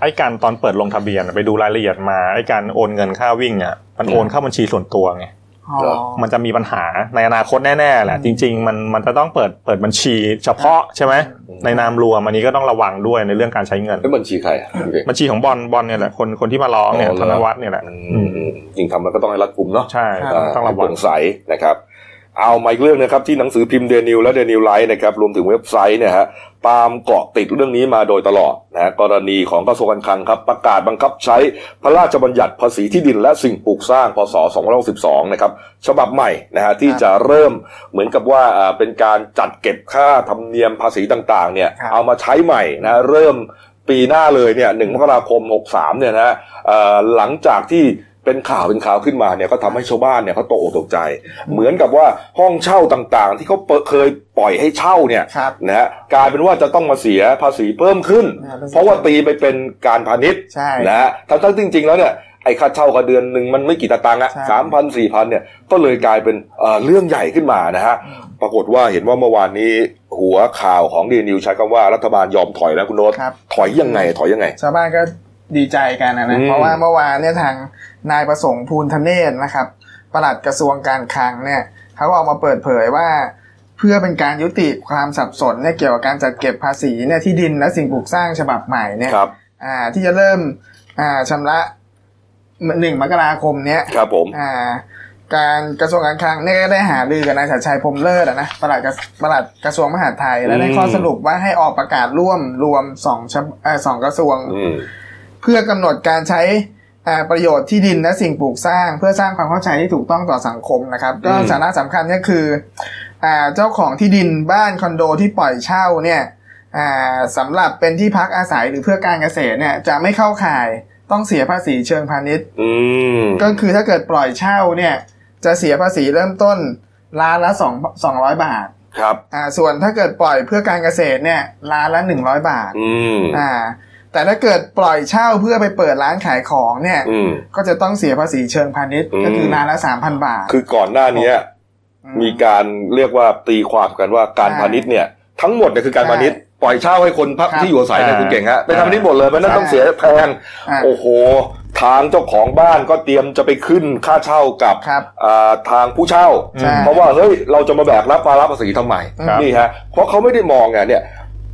ไอ้การตอนเปิดลงทะเบียนอะไปดูรายละเอียดมาไอ้การโอนเงินค่าวิ่งอ่ะมัน
อืม
โอนเข้าบัญชีส่วนตัวไง
อ๋อ
มันจะมีปัญหาในอนาคตแน่ๆแหละ จริง ๆ มันมันจะต้องเปิดเปิดบัญชีเฉพาะใช่ไหมในนามรวมอันนี้ก็ต้องระวังด้วยในเรื่องการใช้เงิน
เป็นบัญชีใครอะคุณเก่ง
บัญชีของบอลบอลเนี่ยแหละคนคนที่มาร้องเนี่ย
อ๋อห
ธ
รอน
วัฒน์เนี่ยแหละ
อื
อื
ม
ม
อืมจริงทำแล้วก็ต้องให้รัดกุมเนาะ
ใช่
ครับ
อ่า
ต้องต้องระ
ให้
วั
โป
ง
ร่งใสนะครับ เอามาอีกเรื่องนะครับที่หนังสือพิมพ์เดนิวและเดนิวไลท์นะครับรวมถึงเว็บไซต์เนี่ยฮะตามเกาะติดเรื่องนี้มาโดยตลอดนะฮะกรณีของกระทรวงการคลังครับ ประกาศบังคับใช้พระราชบัญญัติภาษีที่ดินและสิ่งปลูกสร้างพศ2562นะครับฉบับใหม่นะฮะที่จะเริ่มเหมือนกับว่าอ่าเป็นการจัดเก็บค่าธรรมเนียมภาษีต่างๆเนี่ย
ครับ
เอามาใช้ใหม่นะฮะเริ่ม ปีหน้าเลยเนี่ยหนึ่งมกราคม 63เนี่ยนะฮะเอ่อหลังจากที่เป็นข่าวเป็นข่าวขึ้นมาเนี่ยก็ทำให้ชาวบ้านเนี่ยเขาตกอกตกใจ เหมือนกับว่าห้องเช่าต่างๆ ที่เขาเปิดเคยปล่อยให้เช่าเนี่ย
ครับ
นะฮะกลายเป็นว่าจะต้องมาเสียภาษีเพิ่มขึ้น
อ่าเป็น
เพราะว่าตีไปเป็นการพาณิชย์
ใช่
นะฮะทั้งๆที่จริง ๆ แล้วเนี่ยไอ้ค่าเช่าก็เดือนหนึ่งมันไม่กี่ตะตังค์อะ
ใช่
สามพันสี่พันเนี่ยก็เลยกลายเป็นเอ่อเรื่องใหญ่ขึ้นมานะฮะปรากฏว่าเห็นว่าเมื่อวานนี้หัวข่าวของเดนิวใช้คำว่ารัฐบาลยอมถอยแล้วคุณโนต
ครับ
ถอยยังไงถอยยังไง
ชาวบ้านก็ดีใจกันนะนะ
อืม
เพราะว่าเมื่อวานเนี่ยทางนายประสงค์ภูลธเนศนะครับปลัดกระทรวงการคลังเนี่ยเขาก็ออกมาเปิดเผยว่า เพื่อเป็นการยุติความสับสนเนี่ยเกี่ยวกับการจัดเก็บภาษีเนี่ยที่ดินและสิ่งปลูกสร้างฉบับใหม่เนี่ย
ครับ
อ่าที่จะเริ่มอ่าชำระหนึ่งมกราคมเนี้ย
ครับผม
อ่าการกระทรวงการคลังเนี่ยก็ได้หารือกับนายชัดชัยพรหมเลิศอะนะปลัดกระปลัดกระทรวงมหาดไทย และได้
อืม
ข้อสรุปว่าให้ออกประกาศร่วมรวมสองฉบับเอ่อสองกระทรวง
อืม
เพื่อกำหนดการใช้อ่าประโยชน์ที่ดินและสิ่งปลูกสร้าง เพื่อสร้างความเข้าใจที่ถูกต้องต่อสังคมนะครับ ก็
อืม
สาระสำคัญก็คืออ่าเจ้าของที่ดินบ้านคอนโดที่ปล่อยเช่าเนี่ยอ่าสำหรับเป็นที่พักอาศัยหรือเพื่อการเกษตรเนี่ยจะไม่เข้าข่ายต้องเสียภาษีเชิงพาณิชย์
อืม
ก็คือถ้าเกิดปล่อยเช่าเนี่ย จะเสียภาษีเริ่มต้นล้านละสองสองร้อยบาท
ครับ
อ่า ส่วนถ้าเกิดปล่อยเพื่อการเกษตรเนี่ยล้านละหนึ่งร้อยบาท
อืม
อ่า แต่ถ้าเกิดปล่อยเช่าเพื่อไปเปิดร้านขายของเนี่ย
อืม
ก็จะต้องเสียภาษีเชิงพาณิชย์
อืม
ก็คือล้านละสามพันบาท
คือก่อนหน้านี้
ม
มีการเรียกว่าตีความกันว่าการ
ใช่
พาณิชย์เนี่ย ทั้งหมดเนี่ยคือการ
ใช่
พาณิชย์ปล่อยเช่าให้คนพัก
ครับ
ที่อยู่อาศัยเนี่ย
อ่า
คุณเก่งฮะเป็นการพาณิชย์หมดเลยมันน่าต้องเสียแพง
อ่า
โอ้โห ทางเจ้าของบ้านก็เตรียมจะไปขึ้นค่าเช่ากับ
ครับ
อ่าทางผู้เช่า
ใช่
เพราะว่าเฮ้ยเราจะมาแบกรับภาระภาษีทำไม
ครับ
นี่ฮะเพราะเขาไม่ได้มองไงเนี่ย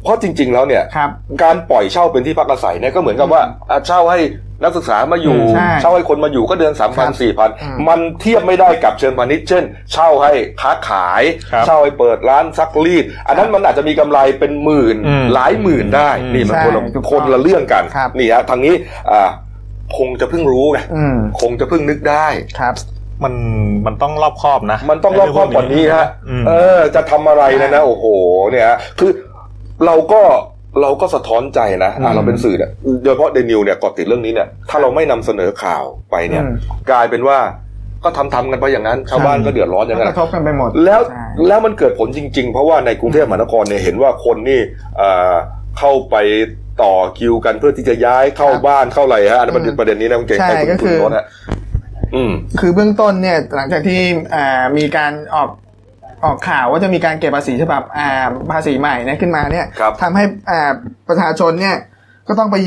เพราะจริง ๆ แล้วเนี่ย
ครับ
การปล่อยเช่าเป็นที่พักอาศัยเนี่ยก็เหมือนกับว่าอ่ะเช่าให้นักศึกษามาอยู่
อืมใช่
เช่าให้คนมาอยู่ก็เดือนสามพันสี่พัน
อืม
มันเทียบไม่ได้กับเชิงพาณิชย์เช่น เช่าให้ค้าขาย
ครับ
เช่าให้เปิดร้านซักรีด อันนั้นมันอาจจะมีกำไรเป็นหมื่น หลายหมื่นได้นี่มัน
ใช่
คนละ
ถูกต้อง
คนละเรื่องกัน
ครับ
นี่ฮะทางนี้อ่าคงจะเพิ่งรู้ไง
อืม
คงจะเพิ่งนึกได้
ครับ
มันมันต้องรอบคอบนะ
มันต้องรอบคอบกว่านี้ฮะ
อืม
เออ จะทำอะไรนะนะ โอ้โห เนี่ยฮะคือเราก็เราก็สะท้อนใจนะอ่ะ
อืม
เราเป็นสื่อเนี่ยโดยเฉพาะเดนิวเนี่ยเกอติดเรื่องนี้เนี่ย ถ้าเราไม่นำเสนอข่าวไปเนี่ย
อืม
กลายเป็นว่าก็ทำทำกันไปอย่างนั้น ชาวบ้านก็เดือดร้อนอย่าง
มัน
นั้
ก
น
ระทบกันไปหมด
แล้ว
ใช่
แล้วมันเกิดผลจริง ๆ เพราะว่าในกรุงเทพมหานครเนี่ยเห็นว่าคนนี่เอ่อเข้าไปต่อคิวกันเพื่อที่จะย้ายเข้า
ครับ
บ้านเข้าอะไรฮะอันนั้นประเด็
อื
น
ม
ประเด็นนี้นะคุณเก่ง
ใช่
ไอ้
ก็
คุณตุน
คือ
รถฮะอืม
คือเบื้องต้นเนี่ยหลังจากที่อ่ามีการออกออกข่าวว่าจะมีการเก็บภาษีฉบับอ่าภาษีใหม่เนยขึ้นมาเนี่ย
ครับ
ทำให้อ่าประชาชนเนี่ยก็ต้องไป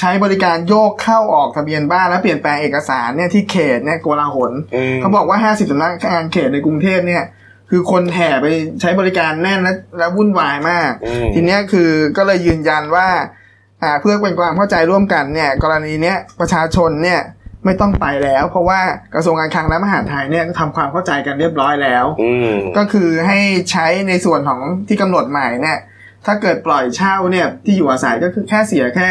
ใช้บริการโยกเข้าออกทะเบียนบ้านและเปลี่ยนแปลงเอกสารเนี่ยที่เขตเนี่ยโกลาหล
ม
เขาบอกว่า 50สำนักงานเขตในกรุงเทพเนี่ยคือคนแห่ไปใช้บริการแน่นและและวุ่นวายมาก
อืม
ทีเนี้ยคือก็เลยยืนยันว่าอ่าเพื่อเป็นความเข้าใจร่วมกันเนี่ยกรณีเนี้ยประชาชนเนี่ยไม่ต้องไปแล้ว เพราะว่ากระทรวงการคลังและมหาดไทยเนี่ยทำความเข้าใจกันเรียบร้อยแล้ว
อืม
ก็คือให้ใช้ในส่วนของที่กำหนดใหม่เนี่ยถ้าเกิดปล่อยเช่าเนี่ยที่อยู่อาศัยก็คือแค่เสียแค่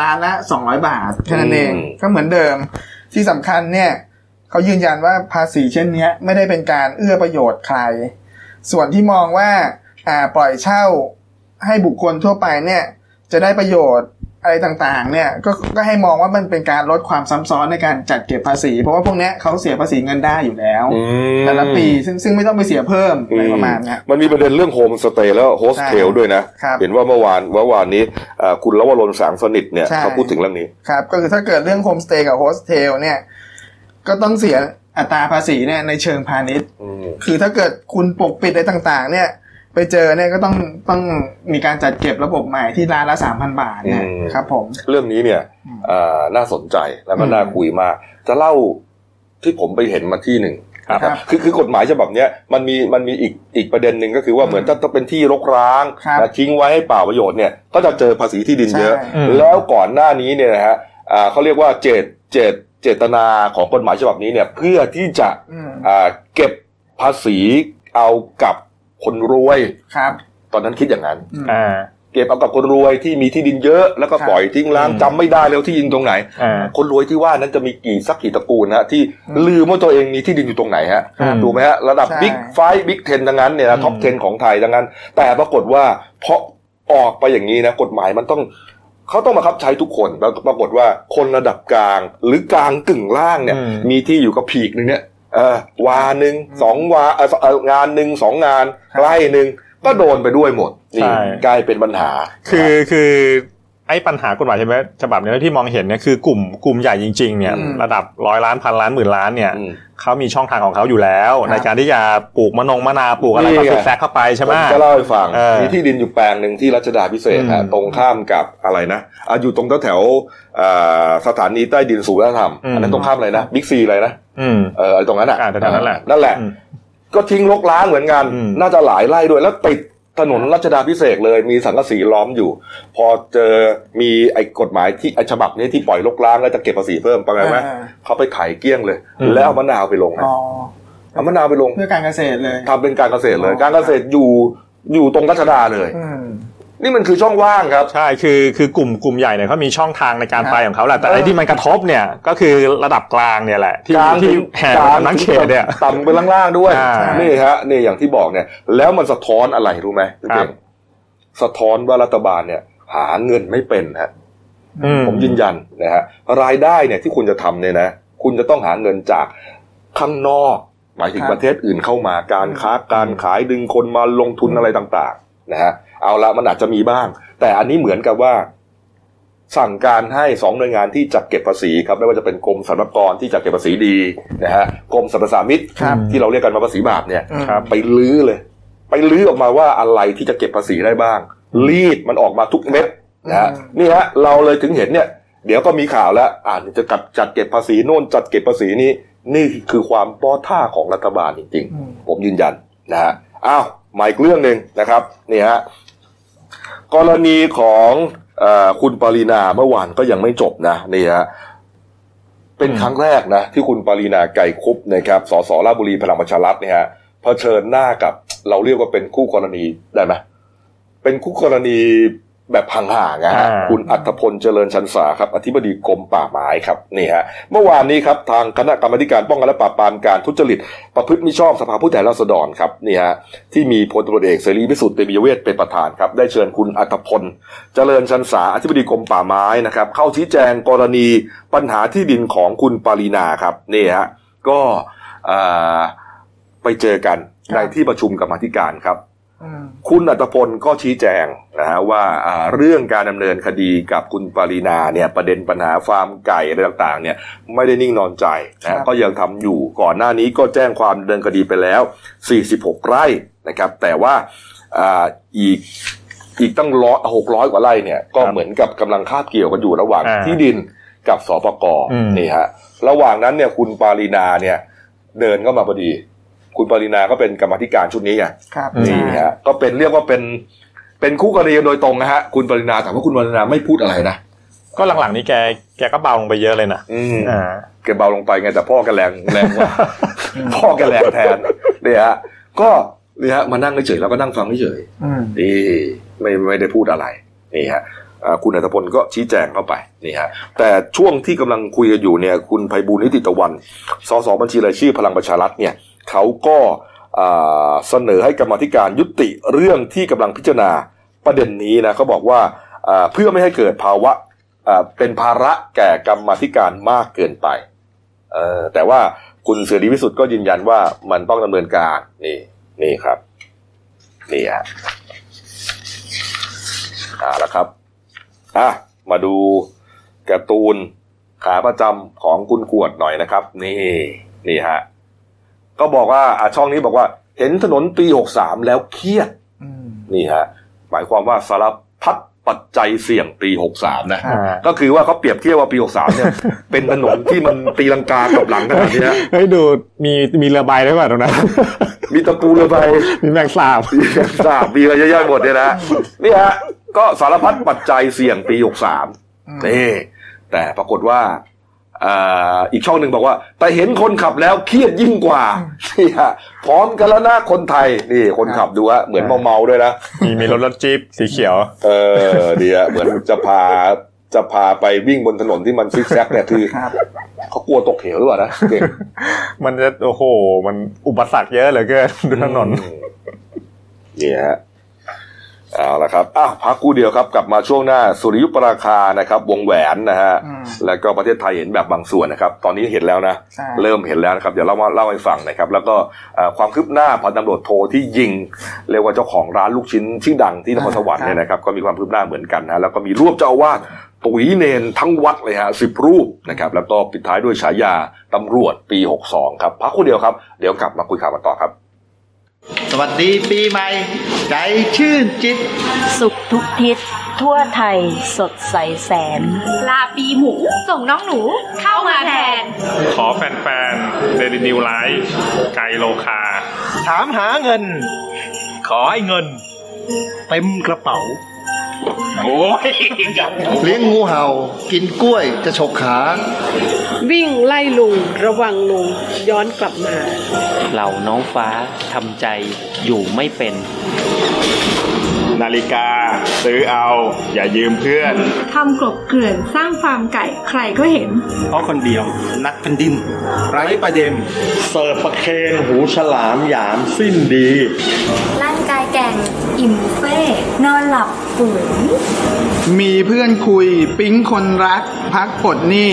ล้านละสองร้อยบาทแค่นั้นเอง
อืม
ก็เหมือนเดิมที่สำคัญเนี่ยเขายืนยันว่าภาษีเช่นเนี้ยไม่ได้เป็นการเอื้อประโยชน์ใคร ส่วนที่มองว่าอ่าปล่อยเช่าให้บุคคลทั่วไปเนี่ยจะได้ประโยชน์อะไรต่างๆเนี่ยก็ก็ให้มองว่ามันเป็นการลดความซ้ำซ้อนในการจัดเก็บภาษี เพราะว่าพวกเนี้ยเขาเสียภาษีเงินได้อยู่แล้ว
อืม
แต่ละปีซึ่งซึ่งไม่ต้องไปเสียเพิ่มอะไรประมาณเนี้ย
มันมีประเด็นเรื่องโฮมสเตย์แล้วโฮสเทลด้วยนะ
ครับ
เห็นว่าเมื่อวานเมื่อวานนี้เอ่อคุณลวรนต์สางสนิทเนี่ย
ใช่
เขาพูดถึงเรื่องนี้
ครับก็คือถ้าเกิดเรื่องโฮมสเตย์กับโฮสเทลเนี่ยก็ต้องเสียอัตราภาษีเนี่ยในเชิงพาณิชย์ คือถ้าเกิดคุณปกปิดอะไรต่างๆ เนี่ย ไปเจอเนี่ยก็ต้องต้องมีการจัดเก็บระบบใหม่ที่ร้านละสามพันบาทเนี่ย
อืม
ครับผม
เรื่องนี้เนี่ยเอ่อน่าสนใจแล้วก็
อืม
น่าคุยมาก จะเล่าที่ผมไปเห็นมาที่หนึ่ง
ครับ
นะครับคือคือกฎหมายฉบับเนี้ยมันมีมันมีอีกอีกประเด็นหนึ่งก็คือว่าเหมือนถ้าถ้าเป็นที่รกร้าง
ครับ
นะทิ้งไว้ให้เปล่าประโยชน์เนี่ยก็จะเจอภาษีที่ดินเยอะ
ใช่
อืม
แล้วก่อนหน้านี้เนี่ยนะฮะอ่าเขาเรียกว่าเจตเจตเจตนาของกฎหมายฉบับนี้เนี่ยเพื่อที่จะ
อืม
อ่าเก็บภาษีเอากับคนรวย
ครับ
ตอนนั้นคิดอย่างนั้น
อ่า
เก็บเอากับคนรวยที่มีที่ดินเยอะแล้วก็
ครับ
ปล่อยทิ้งร้าง
อืม
จำไม่ได้แล้วที่ดินตรงไหน
อ่า
คนรวยที่ว่านั้นจะมีกี่สักกี่ตระกูลนะฮะที่
อืม
ลืมว่าตัวเองมีที่ดินอยู่ตรงไหนฮะ
อืม
ถูกไหมฮะระดับ
ใช่
บิ๊กไฟบิ๊กเทนทั้งนั้นเนี่ยนะท็อปเทนของไทยทั้งนั้น แต่ปรากฏว่าเพราะออกไปอย่างนี้นะกฎหมายมันต้องเขาต้องมาคับใช้ทุกคนแล้วปรากฏว่าคนระดับกลางหรือกลางกึ่งล่างเนี่ย
อืม
มีที่อยู่กับผีกหนึ่งเนี่ยเออวาหนึ่งสองวาเออเอองานหนึ่งสองงานไร่หนึ่งก็โดนไปด้วยหมดนี่
ใช่
กลายเป็นปัญหา
คือคือไอ้ปัญหากฎหมายฉบับฉบับเนี้ที่มองเห็นเนี่ยคือกลุ่มกลุ่มใหญ่จริงๆเนี่ย
อืม
ระดับร้อยล้านพันล้านหมื่นล้านเนี่ย
อืม
เขามีช่องทางของเขาอยู่แล้ว ในการที่จะปลูกมะนงมะนาวปลูกอะไร
นี่
ก็
ไง
ซกแซกเข้าไปใช่ไหม
ผมจะเล่าให้ฟัง
เออ
มีที่ดินอยู่แปลงหนึ่งที่รัชดาพิเศษฮะ
อืม
ตรงข้ามกับอะไรนะอ่ะอยู่ตรงแถวๆเอ่อสถานีใต้ดินศูนย์วัฒนธรรม
อืม
อันนั้นตรงข้ามอะไรนะบิ๊กซีอะไรนะ
อืม
เออไอ้ตรงนั้นอ่ะ
อ่าแถวๆนั้นแหละ
นั่นแหละ
อืม
ก็ทิ้งรกร้างเหมือนกัน
อืม
น่าจะหลายไร่ด้วยแล้วติดถนนรัชดาพิเศษกเลย มีสังกะสีล้อมอยู่ พอเจอมีไอ้กฎหมายที่ไอ้ฉบับนี้ที่ปล่อยรกร้างแล้วจะเก็บภาษีเพิ่มไปไงไหม
เออ
เขาไปขายเกลี้ยงเลย แล้วเอามะนาวไปลงนะ
อ๋อ
เอามะนาวไปลง
เพื่อการเกษตรเลย
ทำเป็นการเกษตรเลย
อ๋อ
การเกษตรอยู่อยู่ตรงรัชดาเลย
อืม
นี่มันคือช่องว่างครับ
ใช่คือคือกลุ่มกลุ่มใหญ่เนี่ยเขามีช่องทางในการ
ครับ
ไปของเขาแหละแต่ไอ้ที่มันกระทบเนี่ยก็คือระดับกลางเนี่ยแหละ ที่
กลาง
ที่
ถึง
แห่
กลาง
นังเขตเนี่ย
ต่ำไปล่างๆด้วย
อ่า
นี่
นี่ฮะนี่อย่างที่บอกเนี่ย แล้วมันสะท้อนอะไรรู้ไหม
ครั
เก่
บ
งสะท้อนว่ารัฐบาลเนี่ย หาเงินไม่เป็นฮะ
อืม
ผมยืนยันนะฮะรายได้เนี่ยที่คุณจะทำเนี่ยนะคุณจะต้องหาเงินจากข้างนอก หมายถึง
ครับ
ประเทศอื่นเข้ามาการ
อืม
ค้าการขายดึงคนมาลงทุนอะไรต่างๆนะฮะเอาละมันอาจจะมีบ้าง แต่อันนี้เหมือนกับว่า สั่งการให้สองหน่วยงานที่จัดเก็บภาษีครับไม่ว่าจะเป็นกรมสรรพากรที่จัดเก็บภาษีดีนะฮะกรมสรรพสามิต
ครับ
ที่เราเรียกกันว่าภาษีบาปเนี่ย
อืม
ครับ
ไปลื้อเลย ไปลื้อออกมาว่าอะไรที่จะเก็บภาษีได้บ้าง รีดมันออกมาทุกเม็ดนะฮะ
อืม
นี่ฮะเราเลยถึงเห็นเนี่ย เดี๋ยวก็มีข่าวแล้วอ่านจะกับจัดเก็บภาษีโน่นจัดเก็บภาษีนี้นี่คือความป้อท่าของรัฐบาลจริง
อืม
ๆ ผมยืนยันนะฮะอ้าวมาอีกเรื่องหนึ่งนะครับนี่ฮะ กรณีของเออคุณปรีนาเมื่อวานก็ยังไม่จบนะนี่ฮะเป็นครั้งแรกนะที่คุณปรีนาไก่คุบนะครับสสราชบุรีพลังประชารัฐเนี่ยฮะเผชิญหน้ากับเราเรียกว่าเป็นคู่กรณีได้ไหมเป็นคู่กรณีแบบห่างๆนะฮะ
อ่า
คุณอัธพลเจริญชันษาครับอธิบดีกรมป่าไม้ครับนี่ฮะเมื่อวานนี้ครับทางคณะกรรมาธิการป้องกันและปราบปรามการทุจริต ประพฤติมิชอบสภาผู้แทนราษฎรครับนี่ฮะที่มีพลตำรวจเอกเสรีพิสุทธิ์เตมียเวทเป็นประธานครับได้เชิญคุณอัตพล เจริญชันษาอธิบดีกรมป่าไม้นะครับ เข้าชี้แจงกรณีปัญหาที่ดินของคุณปารีนาครับนี่ฮะก็อ่าไปเจอกันในที่ประชุมกรรมาธิการครับ
อืม
คุณอัตพลก็ชี้แจงนะฮะว่าอ่าเรื่องการดำเนินคดีกับคุณปรีนาเนี่ยประเด็นปัญหาฟาร์มไก่อะไรต่างๆเนี่ยไม่ได้นิ่งนอนใจนะ
ครั
ฮะ
บ
ก็ยังทำอยู่ก่อนหน้านี้ก็แจ้งความดำเนินคดีไปแล้ว 46 ไร่นะครับแต่ว่าอ่าอีกอีกตั้งร้อยหกร้อยกว่าไร่เนี่ยก็
ครับ
เหมือนกับกำลังคาบเกี่ยวกันอยู่ระหว่าง
อ่า
ที่ดินกับสปก
อืม
นี่ฮะระหว่างนั้นเนี่ยคุณปารีนาเนี่ยเดินเข้ามาพอดี คุณปารีนาก็เป็นกรรมาธิการชุดนี้ไง
ครับ
อืม
นี่ฮะก็เป็นเรียกว่าเป็นเป็นคู่กรณีโดยตรงนะฮะคุณปรินาแต่ว่าคุณปรินาไม่พูดอะไรนะ
ก็หลังๆนี้แกแกก็เบาลงไปเยอะเลยนะ
อืม
อ่า
แกเบาลงไปไงแต่พ่อแกแรงแรงกว่า พ่อแกแรงแทนเนี่ยฮะก็เนี่ยฮะมานั่งเฉยๆแล้วก็นั่งฟังเฉย
อืม
ๆนี่ไม่ไม่ได้พูดอะไรนี่ฮะอ่าคุณอัตพลก็ชี้แจงเข้าไปนี่ฮะแต่ช่วงที่กำลังคุยกันอยู่เนี่ย คุณไพบูลย์นิติตะวันสสบัญชีรายชื่อพลังประชารัฐเนี่ยเขาก็อ่าเสนอให้กรรมาธิการยุติเรื่องที่กำลังพิจารณา ประเด็นนี้นะเขาบอกว่าอ่าเพื่อไม่ให้เกิดภาวะอ่าเป็นภาระแก่กรรมาธิการมากเกินไปเออแต่ว่าคุณเสรีพิสุทธิ์ก็ยืนยันว่ามันต้องดำเนินการนี่นี่ครับนี่ฮะเอ่าแล้วครับอ่ะมาดูการ์ตูนขาประจำของคุณขวดหน่อยนะครับ นี่นี่ฮะก็บอกว่าอ่ะช่องนี้บอกว่า เห็นถนนปีหกสามแล้วเครียด
อืม
นี่ฮะหมายความว่าสารพัดปัจจัยเสี่ยงปี 63 นะ
ครับ
ก็คือว่าเขาเปรียบเทียบว่าปี 63 เนี่ย เป็นถนนที่มันตีลังกากลับหลังขนาดนี้นะ
เฮ้ยดูมีมีเรือใบด้วยป่ะตรงนั้น
มีตะปูเรือใบ
มีแมงสาบ
มีแม งสาบมีอะไรเยอะแยะหมดเนี่ยนะนี่ฮะก็สารพัดปัจจัยเสี่ยงปี 63
อืม
นี่แต่ปรากฏว่าอ่าอีกช่องหนึ่งบอกว่า แต่เห็นคนขับแล้วเครียดยิ่งกว่านี่ฮะพร้อมกันแล้วนะคนไทยนี่คนขับดูฮะเหมือนเมาๆด้วยนะ
มีมีรถรถจี๊ปสีเขียว
เออดีอะเหมือนจะพาจะพาไปวิ่งบนถนนที่มันซิกแซกเนี่ยคือ
ครับ
เขากลัวตกเหวหรือเปล่า นะเด็ก
มันจะโอ้โห มันอุปสรรคเยอะเหลือเกินดูถนน
เนี่ยฮะเอาละครับอ้าวพักกู้เดียวครับ กลับมาช่วงหน้าสุริยุปราคานะครับ วงแหวนนะฮะ
อืม
แล้วก็ประเทศไทยเห็นแบบบางส่วนนะครับ ตอนนี้เห็นแล้วนะ
ใช่
เริ่มเห็นแล้วนะครับ เดี๋ยวเล่ามาเล่าให้ฟังนะครับ แล้วก็เอ่อความคืบหน้าพันตำรวจโทที่ยิง เรียกว่าเจ้าของร้านลูกชิ้นชื่อดังที่นครสวรรค์เนี่ยนะครับ ก็มีความคืบหน้าเหมือนกันนะแล้วก็มีรวบเจ้าอาวาสตุ๋ยเนนทั้งวัดเลยฮะสิบรูปนะครับแล้วก็ปิดท้ายด้วยฉายาตำรวจปี 62 ครับพักคนเดียวครับ เดี๋ยวกลับมาคุยข่าวกันต่อครับ
สวัสดีปีใหม่ ใจชื่นจิต
สุขทุกทิศทั่วไทยสดใสแสน
ลาปีหมู ส่งน้องหนูเข้ามาแทน
ขอแฟนๆเดลินิวไลฟ์ไกลโลคา
ถามหาเงิน ขอให้เงิน เต็มกระเป๋า เลี้ยงงูเห่า กินกล้วยจะฉกขา
วิ่งไล่ลุงระวังลุงย้อนกลับมา
เหล่าน้องฟ้าทำใจอยู่ไม่เป็น
นาฬิกา ซื้อเอา อย่ายืมเพื่อน
ทำกลบเกลื่อนสร้างฟาร์มไก่ใครก็เห็น
เพราะคนเดียว นักเป็นดิน ไร้ประเด็น เสิร์ฟประเคนหูฉลามหยามสิ้นดี
ร่างกายแก่ง อิ่มเฟ้นอนหลับปุ๋ย
มีเพื่อนคุย ปิ๊งคนรัก พักปลดหนี้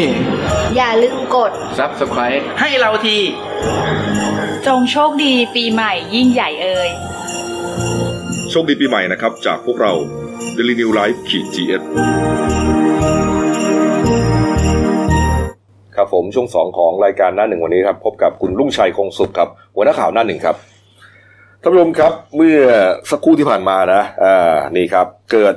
อย่าลืมกด
ให้เราที
จงโชคดีปีใหม่ยิ่งใหญ่เอ่ย
โชคดีปีใหม่นะครับ จากพวกเรา Daily New Life ขีด GS ครับผมช่วงสองของรายการหน้าหนึ่งวันนี้ครับพบกับคุณลุงชัยคงสุขครับ หัวหน้าข่าวหน้าหนึ่งครับท่านผู้ชมครับเมื่อสักครู่ที่ผ่านมานะอ่านี่ครับ เกิด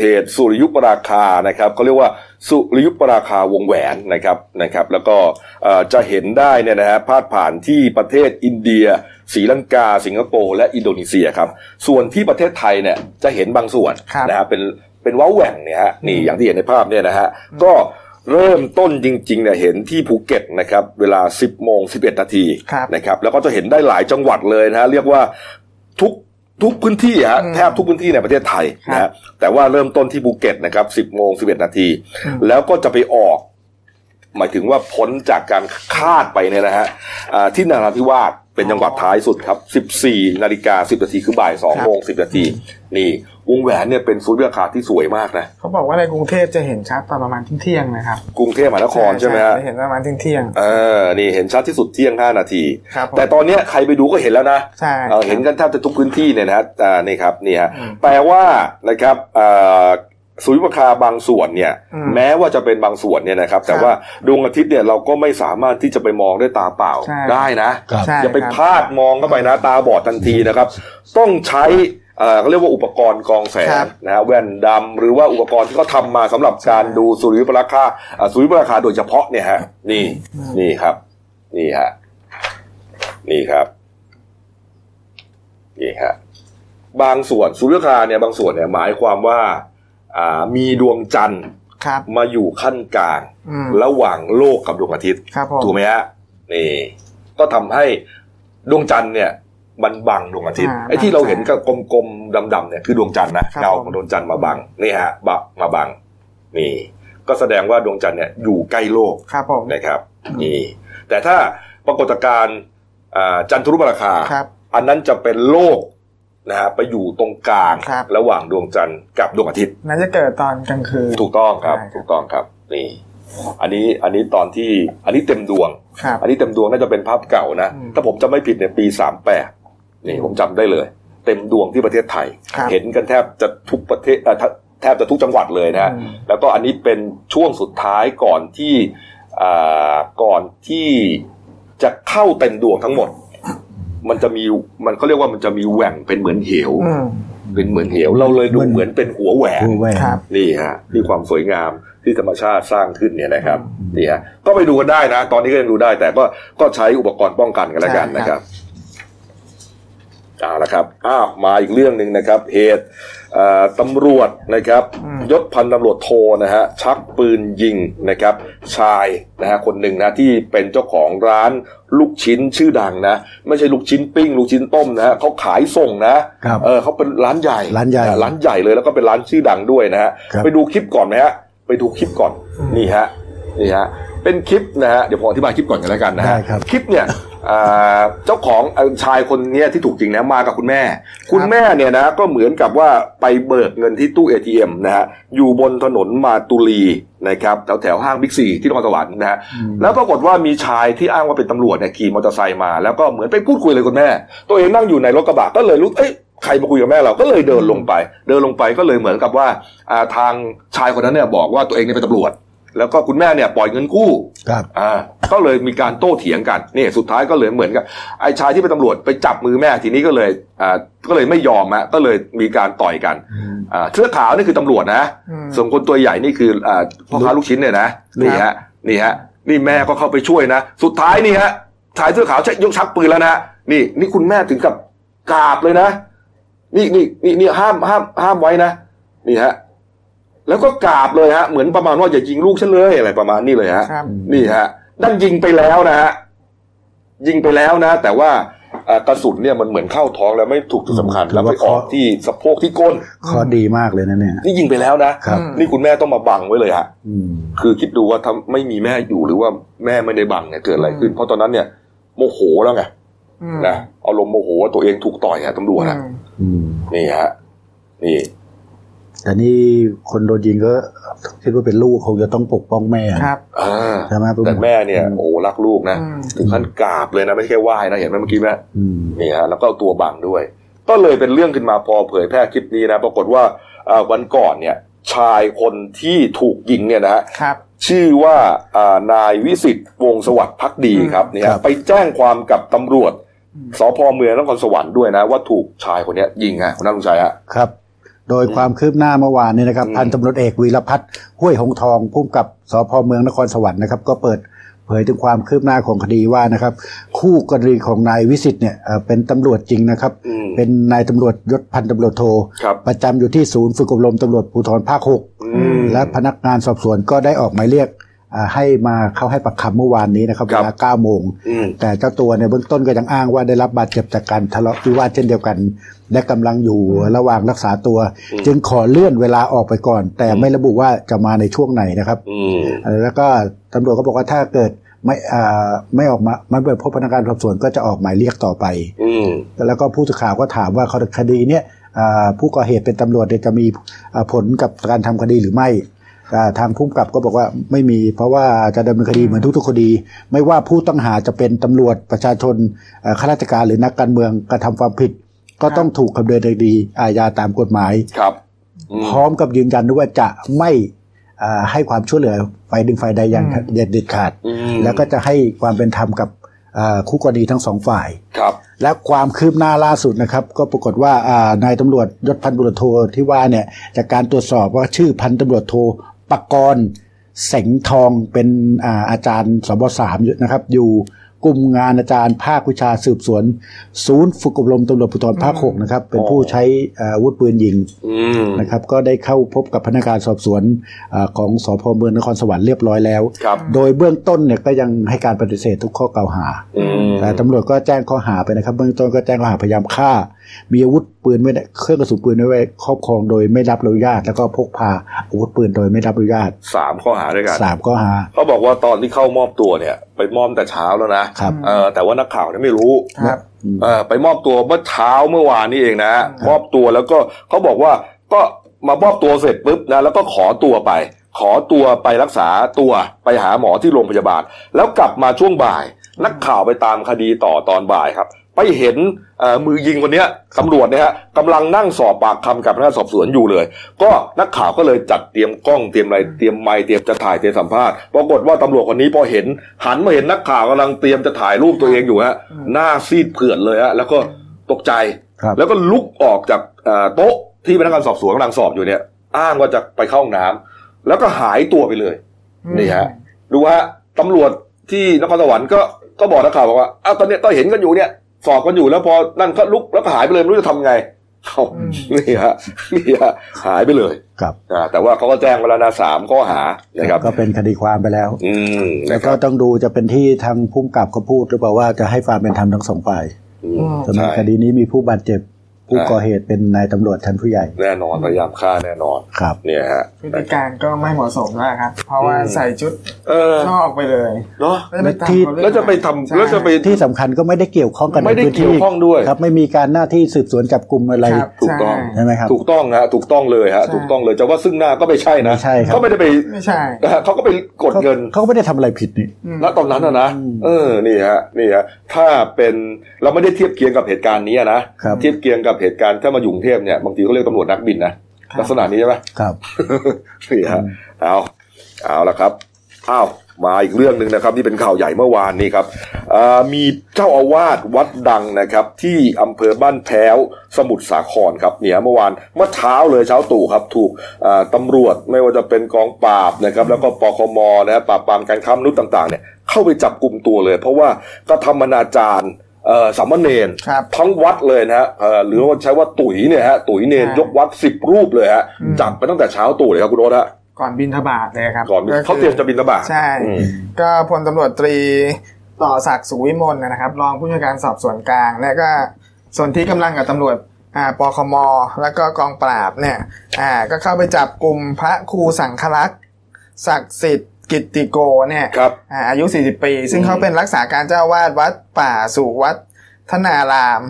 เหตุสุริยุปราคานะครับเขาเรียกว่าสุริยุปราคาวงแหวนนะครับนะครับ แล้วก็เอ่อจะเห็นได้เนี่ยนะฮะพาดผ่านที่ประเทศอินเดียศรีลังกา สิงคโปร์และอินโดนีเซียครับ ส่วนที่ประเทศไทยเนี่ยจะเห็นบางส่วน
ครับ
นะฮะเป็นเป็นว้าวแหว่งเนี่ยฮะนี่อย่างที่เห็นในภาพเนี่ยนะฮะก็เริ่มต้นจริงๆเนี่ยเห็นที่ภูเก็ตนะครับเวลา 10โมง11นาที
ครับ
นะครับแล้วก็จะเห็นได้หลายจังหวัดเลยนะฮะเรียกว่าทุกทุกพื้นที่ฮะ
อืม
แทบทุกพื้นที่ในประเทศไทย
ครับ
นะฮะแต่ว่าเริ่มต้นที่ภูเก็ตนะครับ 10โมง11 นาที
อืม
แล้วก็จะไปออก หมายถึงว่าพ้นจากการคาดไปเนี่ยนะฮะอ่าที่นราธิวาสเป็นจังหวัดท้ายสุดครับ 14 นาฬิกา 10 นาทีคือบ่าย2โมง10 นาที นี่วงแหวนเนี่ยเป็นสุริยคาที่สวยมากนะ
เขาบอกว่าในกรุงเทพจะเห็นชัดตอนประมาณเที่ยงๆนะครับ
กรุงเทพมหานครใช่ไหมฮะ
จะเห็นประมาณเที่ยง
เออนี่เห็นชัดที่สุดเที่ยง 5 นาที
ๆครับผม
แต่ตอนเนี้ยใครไปดูก็เห็นแล้วนะ
ใช่
เอ่อเห็นกันแทบจะทุกพื้นที่เนี่ยนะฮะอ่านี่ครับนี่ฮะ
อืม
แปลว่านะครับเอ่อสุริยุปราคาบางส่วนเนี่ย
อืม
แม้ว่าจะเป็นบางส่วนเนี่ยนะครับ แต่
ครับ
ว่าดวงอาทิตย์เนี่ยเราก็ไม่สามารถที่จะไปมองด้วยตาเปล่า
ใช่
ได้นะ
ใช่
อย่าไป
ครับ
พลาดมองเข้าไปนะตาบอดทันทีนะครับ ต้องใช้เอ่อเขาเรียกว่าอุปกรณ์กรองแสง
ครับ
นะฮะแว่นดำหรือว่าอุปกรณ์ที่เขาทำมาสำหรับการดูสุริยุปราคาเอ่อสุริยุปราคาโดยเฉพาะเนี่ยฮะนี่
อืม
นี่ครับ นี่ฮะนี่ครับนี่ฮะบางส่วนสุริยุปราคาเนี่ยบางส่วนเนี่ยหมายความว่าอ่ามีดวงจันทร์
ครับ
มาอยู่ขั้นกลาง
อืม
ระหว่างโลกกับดวงอาทิตย์
ครับผม
ถูกไหมฮะนี่ ก็ทำให้ดวงจันทร์เนี่ยมันบังดวงอาทิตย์
อ่า
ไอ้ที่เราเห็น
บัง
ก็กลมๆดำๆเนี่ยคือดวงจันทร์นะครับ เงา
ผม
ของดวงจันทร์มาบังนี่ฮะบังมาบังนี่ ก็แสดงว่าดวงจันทร์เนี่ยอยู่ใกล้โลก
ครับผม
นะครับนี่แต่ถ้าปรากฏการณ์อ่าจันทรุปราคา
ครับ
อันนั้นจะเป็นโลกนะฮะไปอยู่ตรงกลาง
ครับ
ระหว่างดวงจันทร์กับดวงอาทิตย์
นั้นจะเกิดตอนกลางคืน
ถูกต้องครับ
ได้ครับ
ถูกต้องครับนี่ อันนี้อันนี้ตอนที่อันนี้เต็มดวง
ครับ
อันนี้เต็มดวงน่าจะเป็นภาพเก่านะ
อืม
ถ้าผมจำไม่ผิดเนี่ยปีสามแปดนี่ผมจำได้เลย เต็มดวงที่ประเทศไทย
ครับ
เห็นกันแทบจะทุกประเทศเอ่อแทบแทบจะทุกจังหวัดเลยนะฮะ
อืม
แล้วก็อันนี้เป็นช่วงสุดท้ายก่อนที่อ่าก่อนที่จะเข้าเต็มดวงทั้งหมด มันจะมีมันเขาเรียกว่ามันจะมีแหว่งเป็นเหมือนเหว
อืม
เป็นเหมือนเหว เราเลยดูเหมือนเป็นหัวแหวน
ครับ
นี่ฮะนี่ความสวยงามที่ธรรมชาติสร้างขึ้นเนี่ยนะครับนี่ฮะก็ไปดูกันได้นะ ตอนนี้ก็ยังดูได้ แต่ก็ก็ใช้อุปกรณ์ป้องกันกันแล้วกัน
ใช่
นะค
ค
รั
รั
บบ เอาละครับอ้าวมาอีกเรื่องหนึ่งนะครับ เหตุเอ่อตำรวจนะครับ ยศพันตำรวจโทนะฮะชักปืนยิงนะครับ ชายนะฮะคนหนึ่งนะที่เป็นเจ้าของร้านลูกชิ้นชื่อดังนะ ไม่ใช่ลูกชิ้นปิ้ง ลูกชิ้นต้มนะฮะเขาขายส่งนะ
ครับ
เออเขาเป็นร้านใหญ่
ร้านใหญ่
อ่ร้านใหญ่เลยแล้วก็เป็นร้านชื่อดังด้วยนะฮะ
ครับ
ไปดูคลิปก่อนไหมฮะไปดูคลิปก่อนนี่ฮะนี่ฮะเป็นคลิปนะฮะเดี๋ยวผมอธิบายคลิปก่อนกันแล้วกันนะฮะ
ได้ครับ
คลิปเนี่ยอ่าเจ้าของเอ่อชายคนเนี้ยที่ถูกจริงนะมากับคุณแม่ คุณแม่เนี่ยนะก็เหมือนกับว่าไปเบิกเงินที่ตู้ ATM นะฮะอยู่บนถนนมาตุลีนะครับแถวแถวๆห้างบิ๊กซีที่นครสวรรค์นะฮะ แล้วปรากฏว่ามีชายที่อ้างว่าเป็นตำรวจเนี่ยขี่มอเตอร์ไซค์มาแล้วก็เหมือนไปพูดคุยเลยคุณแม่ ตัวเองนั่งอยู่ในรถกระบะก็เลยรู้เอ้ยใครมาคุยกับแม่เราก็เลยเดินลงไป เดินลงไปก็เลยเหมือนกับว่าอ่าทางชายคนนั้นเนี่ยบอกว่าตัวเองเนี่ยเป็นตำรวจ แล้วก็คุณแม่เนี่ยปล่อยเงินกู้
ครับ
อ่าก็เลยมีการโต้เถียงกันนี่สุดท้ายก็เลยเหมือนกับไอ้ชายที่เป็นตำรวจไปจับมือแม่ทีนี้ก็เลยอ่าก็เลยไม่ยอมอะก็เลยมีการต่อยกันอ่าเสื้อขาวนี่คือตำรวจนะ
อืม
ส่วนคนตัวใหญ่นี่คืออ่าพ่อค้าลูกชิ้นเนี่ยนะนี่ฮะนี่ฮะนี่แม่ก็เข้าไปช่วยนะ สุดท้ายนี่ฮะชายเสื้อขาวชักยกชักปืนแล้วนะนี่นี่คุณแม่ถึงกับกราบเลยนะ นี่นี่นี่นี่ห้ามห้ามห้ามไว้นะนี่ฮะแล้วก็กราบเลยฮะ เหมือนประมาณว่าอย่ายิงลูกฉันเลยอะไรประมาณนี้เลยฮะ
ครับ
นี่ฮะนั่นยิงไปแล้วนะฮะ ยิงไปแล้วนะ แต่ว่าเอ่อกระสุนเนี่ยมันเหมือนเข้าท้องแล้วไม่ถูกจุดสำคัญ
อืม
แล้วไปออก
แล้วก็
ที่สะโพกที่ก้น
ข้อดีมากเลยนะเนี่ย
นี่ยิงไปแล้วนะครับ นี่คุณแม่ต้องมาบังไว้เลยฮะ
อืม
คือคิดดูว่าถ้าไม่มีแม่อยู่หรือว่าแม่ไม่ได้บังเนี่ยเกิดอะไรขึ้น เพราะตอนนั้นเนี่ยโมโหแล้วไง
อืม
นะอารมณ์โมโหว่าตัวเองถูกต่อยฮะตำรวจอะ
อืม
อืม
นี่ฮะ นี่
แต่นี่คนโดนยิงก็คิดว่าเป็นลูกคงจะต้องปกป้องแม่
ครับ
อ่า
ใช่ไหม
แต่แม่เนี่ยโอ้โหรักลูกนะ
อืม
ถึงขั้นกราบเลยนะไม่ใช่แค่ไหว้นะเห็นไหมเมื่อกี้แม่
อืม
นี่ฮะแล้วก็เอาตัวบังด้วย ก็เลยเป็นเรื่องขึ้นมาพอเผยแพร่คลิปนี้นะปรากฏว่าเอ่อวันก่อนเนี่ย ชายคนที่ถูกยิงเนี่ยนะฮะ
ครับ
ชื่อว่าอ่านายวิสิทธิ์วงศ์สวัสดิ์พักดีครับเนี่ย
ครับ
ไปแจ้งความกับตำรวจสพเมืองนครสวรรค์ด้วยนะ ว่าถูกชายคนเนี้ยยิงฮะคุณนัทลุงชัยฮะ
ครับ โดยความคืบหน้าเมื่อวานนี้นะครับ พันตำรวจเอกวีรพัฒน์ห้วยหงทองผู้กำกับสพเมืองนครสวรรค์นะครับ ก็เปิดเผยถึงความคืบหน้าของคดีว่านะครับ คู่กรณีของนายวิสิทธ์เนี่ยเอ่อเป็นตำรวจจริงนะครับ
อืม
เป็นนายตำรวจยศพันตำรวจโท
ครับ
ประจำอยู่ที่ศูนย์ฝึกอบรมตำรวจภูธรภาคหก
อืม
และพนักงานสอบสวนก็ได้ออกหมายเรียกอ่าให้มาเข้าให้ปากคำเมื่อวานนี้นะครับเวลา9โมง
อืม
แต่เจ้าตัวในยเบื้องต้นก็ยังอ้างว่าได้รับบาดเจ็บจากการทะเลาะวิวาทเช่นเดียวกัน และกำลังอยู่ระหว่างรักษาตัว
อืม
จึงขอเลื่อนเวลาออกไปก่อน แต่ไม่ระบุว่าจะมาในช่วงไหนนะครับ
อืม
เอ่อแล้วก็ตำรวจก็บอกว่าถ้าเกิดไม่อ่าไม่ออกมาไม่ไปพบพนักงานสอบสวนก็จะออกหมายเรียกต่อไป
อืม
แล้วก็ผู้สื่อข่าวก็ถามว่าคดีเนี่ยอ่าผู้ก่อเหตุเป็นตำรวจเนี่ยจะมีอ่าผลกับการทำคดีหรือไม่อ่าทางผู้กำกับก็บอกว่าไม่มีเพราะว่าจะดำเนินคดีเหมือนทุกๆคดี ไม่ว่าผู้ต้องหาจะเป็นตำรวจประชาชนเอ่อข้าราชการหรือนักการเมืองกระทำความผิด ก็ต้องถูกดำเนินคดีอาญาตามกฎหมาย
ครับ
พร้อมกับยืนยันด้วยว่าจะไม่อ่าให้ความช่วยเหลือฝ่ายหนึ่งฝ่ายใดอย่างเด็ดขาด
อืม
แล้วก็จะให้ความเป็นธรรมกับอ่าคู่กรณีทั้งสองฝ่าย
ครับ
และความคืบหน้าล่าสุดนะครับ ก็ปรากฏว่าอ่านายตำรวจยศพันตำรวจโทที่ว่าเนี่ยจากการตรวจสอบว่าชื่อพันตำรวจโทปกรณ์เสงทองเป็นอ่าอาจารย์สบสามอยู่นะครับ อยู่กลุ่มงานอาจารย์ภาควิชาสืบสวน ศูนย์ฝึกอบรมตำรวจภูธรภาคหกนะครับ เป็นผู้ใช้อ่าอาวุธปืนยิง
อืม
นะครับก็ได้เข้าพบกับพนักงานสอบสวนอาของสพเมืองนครสวรรค์เรียบร้อยแล้ว
ครับ
โดยเบื้องต้นเนี่ยก็ยังให้การปฏิเสธทุกข้อกล่าวหา
อืม
แต่ตำรวจก็แจ้งข้อหาไปนะครับ เบื้องต้นก็แจ้งข้อหาพยายามฆ่า มีอาวุธปืนไว้ในเครื่องกระสุนปืนไว้ในครอบครองโดยไม่รับอนุญาต แล้วก็พกพาอาวุธปืนโดยไม่รับอนุญาต
สามข้อหาด้วยกัน
สามข้อหา
เขาบอกว่าตอนที่เข้ามอบตัวเนี่ย ไปมอบแต่เช้าแล้วนะครับเออแต่ว่านักข่าวเนี่ยไม่รู้
ครับ
เออไปมอบตัวเมื่อเช้าเมื่อวานนี่เองนะมอบตัวแล้วก็เขาบอกว่าก็มามอบตัวเสร็จปุ๊บนะแล้วก็ขอตัวไป ขอตัวไปรักษาตัวไปหาหมอที่โรงพยาบาล แล้วกลับมาช่วงบ่าย นักข่าวไปตามคดีต่อตอนบ่ายครับ ไปเห็นเอ่อมือยิงคนเนี้ยตำรวจเนี่ยฮะกำลังนั่งสอบปากคำกับพนักงานสอบสวนอยู่เลย ก็นักข่าวก็เลยจัดเตรียมกล้องเตรียมอะไรเตรียมไมค์เตรียมจะถ่ายเตรียมสัมภาษณ์ปรากฏว่าตำรวจคนนี้พอเห็น หันมาเห็นนักข่าวกำลังเตรียมจะถ่ายรูปตัวเองอยู่ฮะหน้าซีดเผือดเลยฮะแล้วก็ตกใจ
ครับ
แล้วก็ลุกออกจากเอ่อโต๊ะที่พนักงานสอบสวนกำลังสอบอยู่เนี่ยอ้างว่าจะไปเข้าห้องน้ำแล้วก็หายตัวไปเลย นี่ฮะดูฮะตำรวจที่นครสวรรค์ก็ก็บอกนักข่าวบอกว่าอ้าวตอนเนี้ยก็เห็นกันอยู่เนี่ยสอบกันอยู่แล้วพอนั่นก็ลุกแล้วก็หายไปเลยไม่รู้จะทำไงเอ้านี่ฮะนี่ฮะหายไปเลย
ครับ
อ่าแต่ว่าเขาก็แจ้งเวแลานาสามข้อหานะครับ
ก็เป็นคดีความไปแล้ว
อืม
แล้
นะ
ว
ค
ก็
รับ
ต้องดูจะเป็นที่ทางผู้กำกับเขาพูดหรือเปล่าว่าจะให้ความเป็นธรรมทั้งสองฝ่าย
อืม
สำหรับ
ใช่
คดีนี้มีผู้บาดเจ็บ ผู้
ใช่
ก่อเหตุเป็นนายตำรวจชั้นผู้ใหญ่
แน่นอนพยายามฆ่าแน่นอน
ครับ
เนี่ยฮะ
พฤติการก็ไม่เหมาะสมแล้วครับ เพราะว่า
อืม
ใส่ชุด
เออน
อกไปเลย
เนาะ
แล้วจะไป
ที่
ตามเขาเรื่อง
แล้วจะไปทำ
ใช่
แล้วจะไป
ที่สำคัญก็ไม่ได้เกี่ยวข้องกัน
ไม่ได้
ในพื้น
เกี่ยว
ที่
ข้องด้วย
ครับไม่มีการหน้าที่สืบสวนจับกลุ่มอะไร
ครับ
ถูกต้อง
ใช่ไหมครับ
ถูกต้องฮะถูกต้องเลยฮะ
ใช่
ถูกต้องเลยจะว่าซึ่งหน้าก็ไม่ใช่นะ
ไม่ใช่ครับ
เขาไม่ได้ไป
ไม่ใช่
นะฮะเขาก็ไปกดเงิน
เขาก็ไม่ได้ทำอะไรผิดนี่
อืม
ณตอนนั้นนะนะ
อืม
เออ นี่ฮะ นี่ฮะ ถ้าเป็นเราไม่ได้เทียบเคียงกับเหตุการณ์นี้อะนะ
ครับ
เทียบเคียงกับเหตุการณ์ถ้ามาอยู่กรุงเทพเนี่ย บางทีเขาเรียกตำรวจนักบินนะ
ครับ
ลักษณะนี้ใช่ไหม
ครับ
นี่ฮะ เอาเอาละครับอ้าวมาอีกเรื่องหนึ่งนะครับที่เป็นข่าวใหญ่เมื่อวานนี้ครับเอ่อมีเจ้าอาวาสวัดดังนะครับ ที่อำเภอบ้านแพ้วสมุทรสาครครับเนี่ยเมื่อวานเมื่อเช้าเลยเช้าตู่ครับถูกเอ่อตำรวจไม่ว่าจะเป็นกองปราบนะครับ แล้วก็ปคมนะปราบปรามการค้ามนุษย์ต่างๆเนี่ยเข้าไปจับกลุ่มตัวเลย เพราะว่ากระทำอนาจารเอ่อสามเณร
ครับ
ทั้งวัดเลยนะฮะเอ่อหรือว่าใช้ว่าตุ๋ยเนี่ยฮะ ตุ๋ยเนน
อ่าย ย
กวัดสิบรูปเลยฮะ
อืม
จับไปตั้งแต่เช้าตู่เลยครับคุณโอ๊ตฮะ
ก่อนบินทบาทเลยครับ
ก่อน
คื
เขาเตรียมจะบินระบาด
ใช่ ก็พลตำรวจตรีต่อศักดิ์สุขวิมลนะครับ รองผู้จัดการสอบสวนกลางและก็ส่วนที่กำลังกับตำรวจอ่าปคม แล้วก็กองปราบเนี่ยอ่าก็เข้าไปจับกลุ่มพระครูสังฆลักษณ์ศักดิ์สิทธิ์กิตติโกเนี่ย
ครับ
อ่าอายุ 40 ปี ซึ่งเขาเป็นรักษาการเจ้าวาดวัดป่าสุวัดธนาราม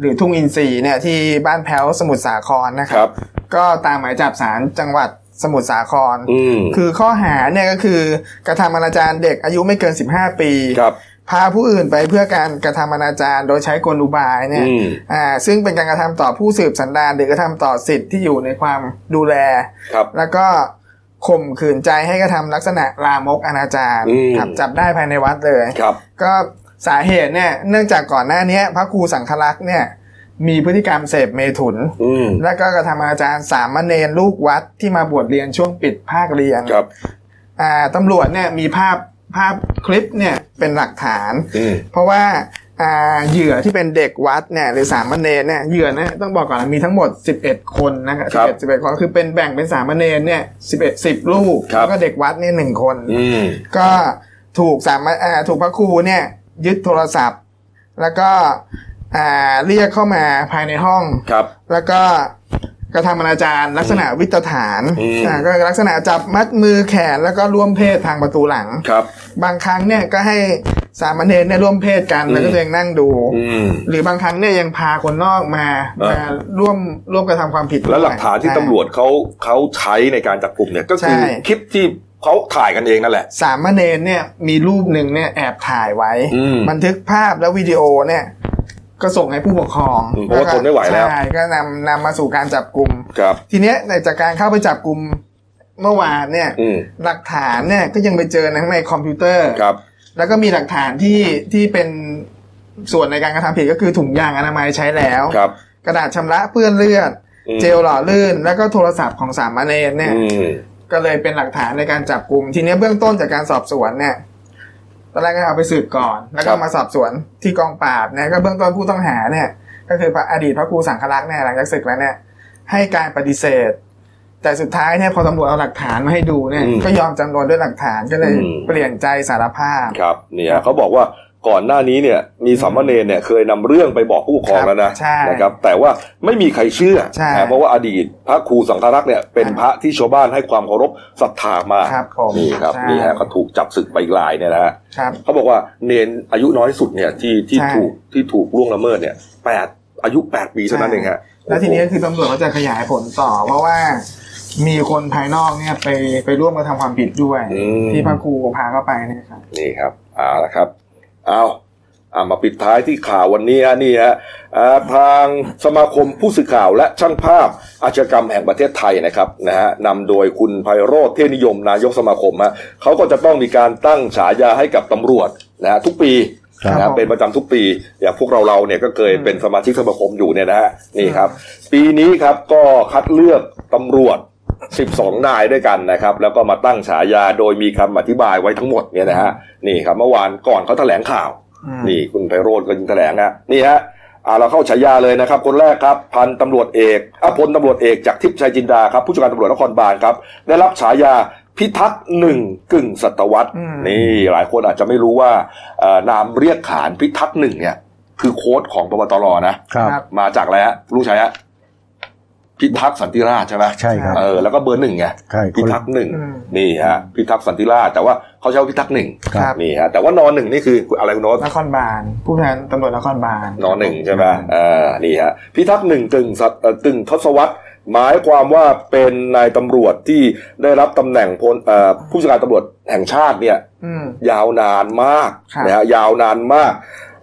หรือทุ่งอินทรีย์เนี่ยที่บ้านแพ้วสมุทรสาครนะค
ครั
รับ
บ
ก็ตามหมายจับศาลจังหวัดสมุทรสาคร
อืม
คือข้อหาเนี่ยก็คือกระทำอนาจารเด็กอายุไม่เกิน 15 ปี
ครับ
พาผู้อื่นไปเพื่อการกระทำอนาจารโดยใช้กลอุบายเนี่ย
อืม
อ่าซึ่งเป็นการกระทำต่อผู้สืบสันดานหรือกระทำต่อสิทธิ์ที่อยู่ในความดูแล
ครับ
แล้วก็ข่มขืนใจให้กระทำลักษณะลามกอนาจาร
อืม
ครับจับได้ภายในวัดเลย
ครับ
ก็สาเหตุเนี่ยเนื่องจากก่อนหน้าเนี้ยพระครูสังฆลักษณ์เนี่ย มีพฤติกรรมเสพเมถุน และก็กระทำอนาจารสามเณรลูกวัดที่มาบวชเรียนช่วงปิดภาคเรียนอ่าตำรวจเนี่ยมีภาพภาพคลิปเนี่ยเป็นหลักฐาน เพราะว่าอ่าเหยื่อที่เป็นเด็กวัดเนี่ยหรือสามเณรเนี่ยเหยื่อเนี่ยต้องบอกก่อนนะมีทั้งหมด 11 คนนะครับสิบเอ็ดสิบเอ็ดคนคือเป็นแบ่งเป็นสามเณรเนี่ยสิบเอ็ดสิบลูกแล้วก็เด็กวัดเนี่ยหนึ่งคน ก็ถูกสามเอ่อถูกพระครูเนี่ยยึดโทรศัพท์ แล้วก็อ่าเรียกเข้ามาภายในห้องแล้วก็กระทำอนาจารลักษณะวิตฐาน
อืม
อ่าก็ลักษณะจับมัดมือแขนแล้วก็ร่วมเพศทางประตูหลัง
ครับ
บางครั้งเนี่ยก็ให้สามเณรเนี่ยร่วมเพศกันแล้วก็ตัวเองนั่งดู
อืม
หรือบางครั้งเนี่ยยังพาคนนอกมา
อ่าม
มาร่วมร่วมกระทำความผิด
แล้วหลักฐานที่
ใช่
ตำรวจเขาเขาใช้ในการจับกลุ่มเนี่ยก็คือ
ใช่
คลิปที่เขาถ่ายกันเองนั่นแหละ
สามเณรเนี่ยมีรูปหนึ่งเนี่ยแอบถ่ายไว้
อืม
บันทึกภาพและวิดีโอเนี่ย ก็ส่งให้ผู้ปกครอง
อืมเพราะว่า
ก็
ทนไม่ไหวแล้ว
ใช่ก็นำนำมาสู่การจับกลุ่ม
ครับ
ทีเนี้ยในจากการเข้าไปจับกลุ่มเมื่อวานเนี่ย
อืม
หลักฐานเนี่ยก็ยังไปเจอในข้างในคอมพิวเตอร์
ครับ
แล้วก็มีหลักฐานที่ที่เป็นส่วนในการกระทำผิดก็คือถุงยางอนามัยใช้แล้ว
ครับ
กระดาษชำระเปื้อนเลือด
อืม
เจลหล่อลื่น แล้วก็โทรศัพท์ของสามเณรเนี่ย
อืม
ก็เลยเป็นหลักฐานในการจับกลุ่มทีเนี้ยเบื้องต้นจากการสอบสวนเนี่ยตอนแรกก็เอาไปสืบก่อน แล้วก็
ครับ
มาสอบสวนที่กองปราบเนี่ยก็เบื้องต้นผู้ต้องหาเนี่ย ก็คือพระอดีตพระครูสังฆรักษ์เนี่ยหลังจากศึกแล้วเนี่ย ให้การปฏิเสธ แต่สุดท้ายเนี่ยพอตำรวจเอาหลักฐานมาให้ดูเนี่ย ก็ยอมจำนวนด้วยหลักฐานก็เลยเปลี่ยนใจสารภาพ
ครับ เนี่ยเขาบอกว่าก่อนหน้านี้เนี่ยมีสามเณรเนี่ยเคยนำเรื่องไปบอกผู้ปกครองแล้วนะ
ใช่
นะครับแต่ว่าไม่มีใครเชื่อ
ใช่
นะเพราะว่าอดีตพระครูสังฆรักษ์เนี่ยเป็นพระที่ชาวบ้านให้ความเคารพศรัทธามา
ครับผม
นี่ครับ
ใช่
นี่ฮะก็ถูกจับศึกไปอีกลายเนี่ยนะฮะ
ครับ
เขาบอกว่าเนนอายุน้อยสุดเนี่ยที่ที่
ใช่
ถูกที่ถูกล่วงละเมิดเนี่ยแปดอายุแปดปีเท่านั้นเองฮะ
แล้วทีนี้คือตำรวจก็จะขยายผลต่อ เพราะว่ามีคนภายนอกเนี่ยไปไปร่วมกระทำความผิดด้วย
ม
ที่พระครูพาเข้าไปเนี่ยครับ
นี่ครับเอาละครับ เอาเอามาปิดท้ายที่ข่าววันนี้ฮะนี่ฮะอ่าทางสมาคมผู้สื่อข่าวและช่างภาพอาชญากรรมแห่งประเทศไทยนะครับนะฮะนำโดยคุณไพโรธเทพนิยมนายกสมาคมฮะเขาก็จะต้องมีการตั้งฉายาให้กับตำรวจนะฮะทุกปี
ครับ
นะฮะ
ผม
เป็นประจำทุกปี อย่างพวกเราเราเนี่ยก็เคยเป็นสมาชิกสมาคมอยู่เนี่ยนะฮะนี่ครับ ปีนี้ครับก็คัดเลือกตำรวจ 12 นายด้วยกันนะครับ แล้วก็มาตั้งฉายาโดยมีคำอธิบายไว้ทั้งหมดเนี่ยนะฮะนี่ครับเมื่อวานก่อนเขาแถลงข่าว
อืม
นี่คุณไพโรธก็ยิงแถลงฮะนี่ฮะอ่าเราเข้าฉายาเลยนะครับ คนแรกครับ พันตำรวจเอกอ่ะพลตำรวจเอกจากทิพย์ชัยจินดาครับผู้จัดการตำรวจนครบาลครับ ได้รับฉายาพิทักษ์หนึ่งกึ่งศตวรรษนี่หลายคนอาจจะไม่รู้ว่าเอ่อนามเรียกขานพิทักษ์หนึ่งเนี่ย คือโค้ดของพบตรนะ
ครับ
มาจากอะไรฮะลูกชายฮะพิทักษ์สันติราชใช่ไหม
ใช่ครับ
เออแล้วก็เบอร์หนึ่งไง
ใช่ค
พิ
นละ
ทักษ์หนึ่งนี่ฮะพิทักษ์สันติราชแต่ว่าเขาใช้ว่าพิทักษ์หนึ่ง
ครับ
นี่ฮะแต่ว่านอนหนึ่งนี่คืออะไรคุณโน้ต
นครบาลผู้แทนตำรวจนครบาล
นอนหนึ่งใช่ไหมเออนี่ฮะพิทักษ์หนึ่งตึงสัตเอ่อตึงทศวรรษหมายความว่าเป็นนายตำรวจที่ได้รับตำแหน่งพลเอ่อผู้จัดการตำรวจแห่งชาติเนี่ย
อืม
ยาวนานมาก
ครับ
นะฮะยาวนานมาก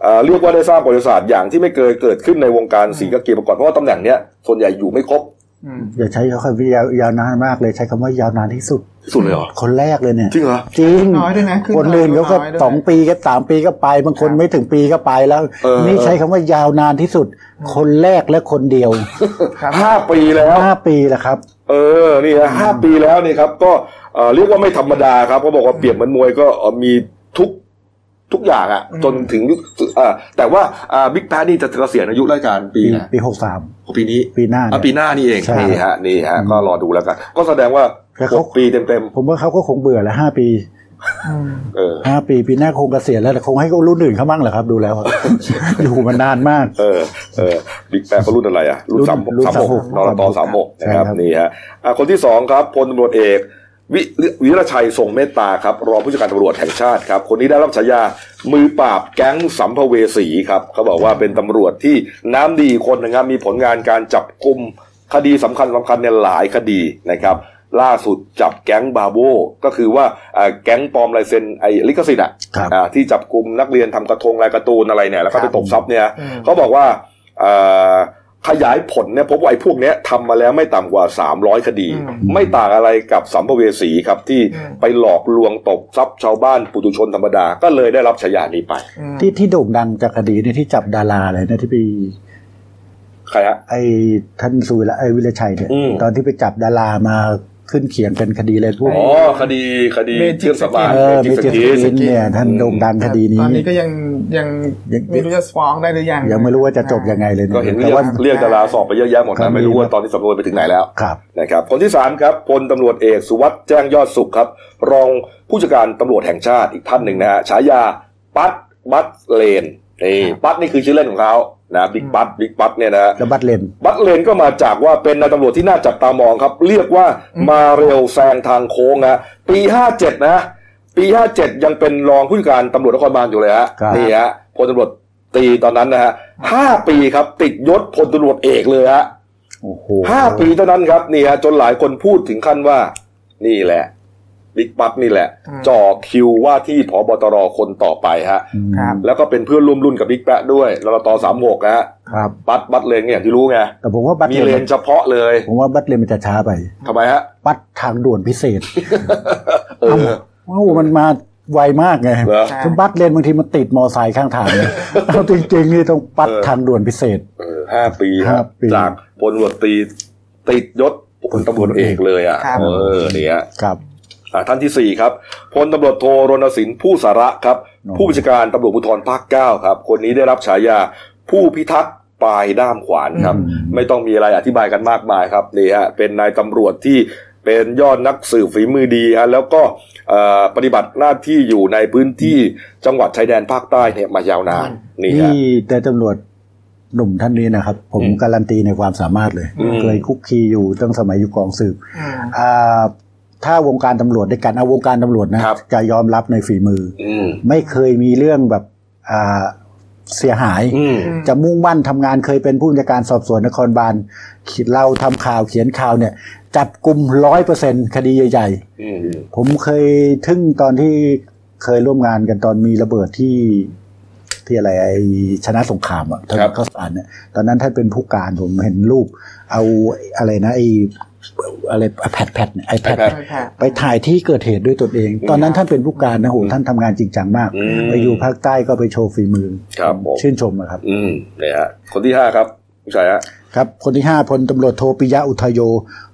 เอ่อเรียกว่าได้สร้างประวัติศาสตร์อย่างที่ไม่เคยเกิดขึ้นในวงการสีกากีมาก่อนเพราะว่าตำแหน่งเนี้ยส่วนใหญ่อยู่ไม่ครบ
อย่าใช้คำว่ายาวยาวนานมากเลยใช้คำว่ายาวนานที่สุด
สุดเลยเหรอ
คนแรกเลยเนี่ย
จริงเหรอ
จริง
น้อยด้วยนะขึ้น
คนอื่นเขาก็
น้อยด้วย
สองปีก็สามปีก็ไป บางคนไม่ถึงปีก็ไปแล้ว
เออ
นี่ใช้คำว่ายาวนานที่สุด คนแรกและคนเดียว
ห้าปีแล้ว
ห้าปีแหละครับ
เออนี่ฮะห้าปีแล้วนี่ครับก็เอ่อเรียกว่าไม่ธรรมดาครับเขาบอกว่าเปรียบเหมือนมวยก็เอ่อมีทุกทุกอย่างอะจนถึงยุคเอ่อแต่ว่าบิ๊กแพนี่จะเกษียณอายุราชการปีไหน
ปีหกสาม
ปีนี้
ปีหน้าเนี่ย
อ่ะปีหน้านี่เอง
ใช่
นี่ฮะนี่ฮะก็รอดูแล้วกัน ก็แสดงว่าหกปีเต็ม
ผมว่าเขาก็คงเบื่อแล้วห้าปี
ๆเออ
ห้าปีปีหน้าคงเกษียณแล้วแต่คงให้รุ่นอื่นเขามั่งแหละครับ ดูแล้วอะ อยู่มานานมาก
เออเออบิ๊กแปะเขารุ่นอะไรอ่ะรุ่นสามหก
รุ่น
สามหก
36
นรตสามหก
ใช่
นะ
ค
ค
รั
รับ บนี่ฮะอ่ะคนที่สองครับพลตำรวจเอกวิวิรชัยทรงเมตตาครับรองผู้จัดการตำรวจแห่งชาติครับ คนนี้ได้รับฉายามือปราบแก๊งสัมภเวสีครับเขาบอกว่าเป็นตำรวจที่น้ำดีคนนะครับมีผลงานการจับกลุ่มคดีสำคัญสำคัญเนี่ยหลายคดีนะครับ ล่าสุดจับแก๊งบาโบก็คือว่าอ่ะแก๊งปลอมลายเซ็นไอ้ลิขสิทธิ์อ่ะอ่ะที่จับกลุ่มนักเรียนทำกระทงลายการ์ตูนอะไรเนี่ยแล้วก็ไปตบทรัพย์เนี่ย
อืม
เขาบอกว่าเอ่อขยายผลเนี่ยพบว่าไอ้พวกเนี้ยทำมาแล้วไม่ต่ำกว่า 300 คดี ไม่ต่างอะไรกับสัมภเวสีครับที่ไปหลอกลวงตบทรัพย์ชาวบ้านปุถุชนธรรมดา ก็เลยได้รับฉายานี้ไป
ที่ที่โด่งดังจากคดีเนี่ยที่จับดาราเลยนะที่ไป
ใครฮะ
ไอ้ท่านสุวิระไอ้วิรชัยเนี่ย
อืม
ตอนที่ไปจับดารามาขึ้นเขียงเป็นคดีเลยพวก
อ๋อคดีคดีเครื่องสบาย
เออเม
เม
เจ
จิ
อก ร์
ส
ส
กี
กินเนี่ยท่านโด่งดังคดีนี้
ตอนนี้ก็ยังยัง
ยัง
ไม่รู้จะฟ้องได้หรือยัง
ยังไม่รู้ว่าจะจบยังไงเลย
ก็เห็น
แต่
เรีย
ว่า
กเรียกดาราสอบไปเยอะแยะหมด
ครั
นะ
บ
ไม่รู้ว่าตอนนี้สำนวนไปถึงไหนแล้ว
ครับ
นะครับคนที่สามครับพลตำรวจเอกสุวัสด์แจ้งยอดสุขครับ รองผู้จัดการตำรวจแห่งชาติอีกท่านหนึ่งนะฮะฉายาปั๊ดบัตเลนนี่ปั๊ดนี่คือชื่อเล่นของเขานะบิ๊กปั๊ดบิ๊กปั๊ดเนี่ยนะฮะ
แล้วบัตรเลน
บัตเลนก็มาจากว่าเป็นนายตำรวจที่น่าจับตามองครับ เรียกว่ามาเร็วแซงทางโค้งนะปี 57 นะ ปี 57 ยังเป็นรองผู้การตำรวจนครบาลอยู่เลยฮะ
ครับ
นี่ฮะพลตำรวจตรีตอนนั้นนะฮะห้าปีครับติดยศพลตำรวจเอกเลยฮะ
โอ้โห
ห้าปีเท่านั้นครับนี่ฮะจนหลายคนพูดถึงขั้นว่า นี่แหละบิ๊กปั๊บนี่แหละ
อืม
จ่อคิวว่าที่ผบตรคนต่อไปฮะ
ครับ
แล้วก็เป็นเพื่อนร่วมรุ่นกับบิ๊กแปะด้วยรลตสามหกนะฮะ
ครับ
บัตบัตเลนเนี่ยอย่างที่รู้ไง
แต่ผมว่าบัตร
มี
เล
เล
น
นเฉพาะเลย
ผมว่าบัตรเลนมันจะช้าไป
ทำไมฮะ
ปัดทางด่วนพิเศษ
เออ
โอ้มันมาไวมากไง
เหรอ
คือบัตรเลนบางทีมันติดมอไซค์ข้างทาง เนี่ยเอาจริงๆนี่ต้องปัด
เออ
ทางด่วนพิเศษ
เออห้าปีฮะ
ห้าปี
จากพลตำรวจตรีติดยศพลตำรวจเอกเลยอ่ะ
ครับ
เออเนี่ย
ครับ
อ่ะท่านที่สี่ครับพลตำรวจโทรณสินผู้สาระครับ
อ๋อ
ผู้บัญชาการตำรวจภูธรภาคเก้าครับ คนนี้ได้รับฉายาผู้พิทักษ์ปลายด้ามขวานครับ ไม่ต้องมีอะไรอธิบายกันมากมายครับนี่ฮะเป็นนายตำรวจที่เป็นยอดนักสืบฝีมือดีฮะแล้วก็เอ่อปฏิบัติหน้าที่อยู่ในพื้นที่จังหวัดชายแดนภาคใต้เนี่ยมายาวนานนี่ฮะ
นี่แต่ตำรวจหนุ่มท่านนี้นะครับ ผม
อืม
การันตีในความสามารถเลย
อืม
เคยคุกคีอยู่ตั้งสมัยอยู่กองสืบ
อืม
อ่าถ้าวงการตำรวจด้วยกันเอาวงการตำรวจนะจะยอมรับในฝีมือ
อืม
ไม่เคยมีเรื่องแบบอ่าเสียหาย
อืม
จะมุ่งมั่นทำงานเคยเป็นผู้บัญชาการสอบสวนนครบาลขีดเราทำข่าวเขียนข่าวเนี่ย จับกลุ่มร้อยเปอร์เซ็นคดีใหญ่
อืม
ๆ ผมเคยทึ่งตอนที่เคยร่วมงานกันตอนมีระเบิดที่ที่อะไรไอชนะสงครามอะตอน
ครับ
ข้าวสารเนี่ยตอนนั้นท่านเป็นผู้การผมเห็นรูป เอาอะไรนะไออะไรแพดแพดไอแพด
ใช่ค่ะ
ไปถ่ายที่เกิดเหตุด้วยตนเอง ตอนนั้นท่านเป็นผู้การนะโหท่านทำงานจริงจังมาก
อืม
ไปอยู่ภาคใต้ก็ไปโชว์ฝีมือ
ครับผม
ชื่นชมนะครับ
อืมเนี่ยฮะคนที่ห้าครับผู้ชายฮะ
ครับ คนที่ 5พลตำรวจโทปิยะอุทยโย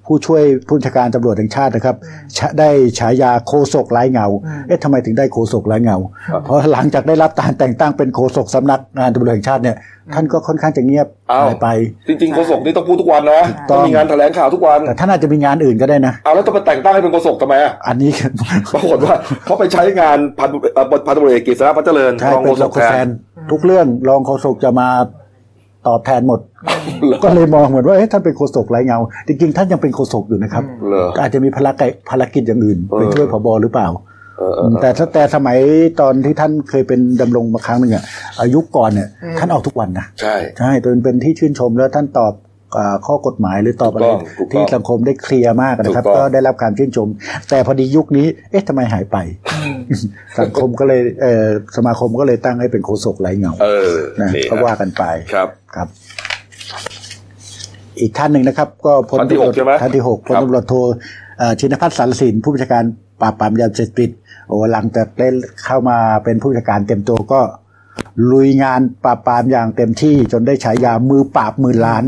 ผู้ช่วยผู้บัญชาการตำรวจแห่งชาตินะครับชะได้ฉายาโคศกไร้เงา
อืม
เอ๊ะทำไมถึงได้โคศกไร้เงา เพราะหลังจากได้รับการแต่งตั้งเป็นโคศกสำนักงานตำรวจแห่งชาติเนี่ยท่านก็ค่อนข้างจะเงียบ
อ้าว
หายไป
จริงๆโฆษกนี่ต้องพูดทุกวันนะ
ถูกต้อง
มีงานแถลงข่าวทุกวัน
แต่ท่านอาจจะมีงานอื่นก็ได้นะ
เอาแล้วต้องมาแต่งตั้งให้เป็นโฆษกทำไมอ่ะ
อันนี้
ปรากฏว่า เขาไปใช้งานพันธุ์เอ่อพันตำรวจเอกกฤษณะพัฒเจริญ
ใช่
รอง
เป็
โฆ
น
ษ
รอก ง
แท
โฆษกแท
น
นทุกเรื่องรองโฆษกจะมาตอบแทนหมด ก็เลยมองเหมือนว่าเอ๊ะท่านเป็นโฆษกไร้เงา จริงๆ ท่านยังเป็นโฆษกอยู่นะครับ
เหรอ
อาจจะมีภารกิจภารกิจอย่างอื่น
เออ
เป็นช่วยผบหรือเปล่า
เออเออเออ
แต่ถ้าแต่สมัยตอนที่ท่านเคยเป็นดำรงมาครั้งหนึ่งอะอายุก่อนเนี่ยท่านออกทุกวันนะ
ใช่
ใช่จนเป็นที่ชื่นชมแล้วท่านตอบอ่าข้อกฎหมายหรือตอบอะไร
ถูกต้อง
ที่สังคมได้เคลียร์มากนะครับ
ถูกต้อง
ก็ได้รับการชื่นชม แต่พอดียุคนี้เอ๊ะทำไม หายไป สังคมก็เลยเอ่อสมาคมก็เลยตั้งให้เป็นโฆษกไร้เงา
เออ
นะ
นี่ฮะ
ก็ว่ากันไป
ครับ
ครับ อีกท่านหนึ่งนะครับ ก็พล
ท่านที่
ตำรว
ห
จ
กใช่ไหม
ท่านที่หก
ค
พ
รับ
ลตำรวจโทเอ่อชินพัฒน์สารสินผู้บัญชาการปราบปรามยาเสพติดโอ้หลังจากได้เข้ามาเป็นผู้บัญชาการเต็มตัวก็ ลุยงานปราบปรามอย่างเต็มที่จนได้ฉายามือปราบหมื่นล้าน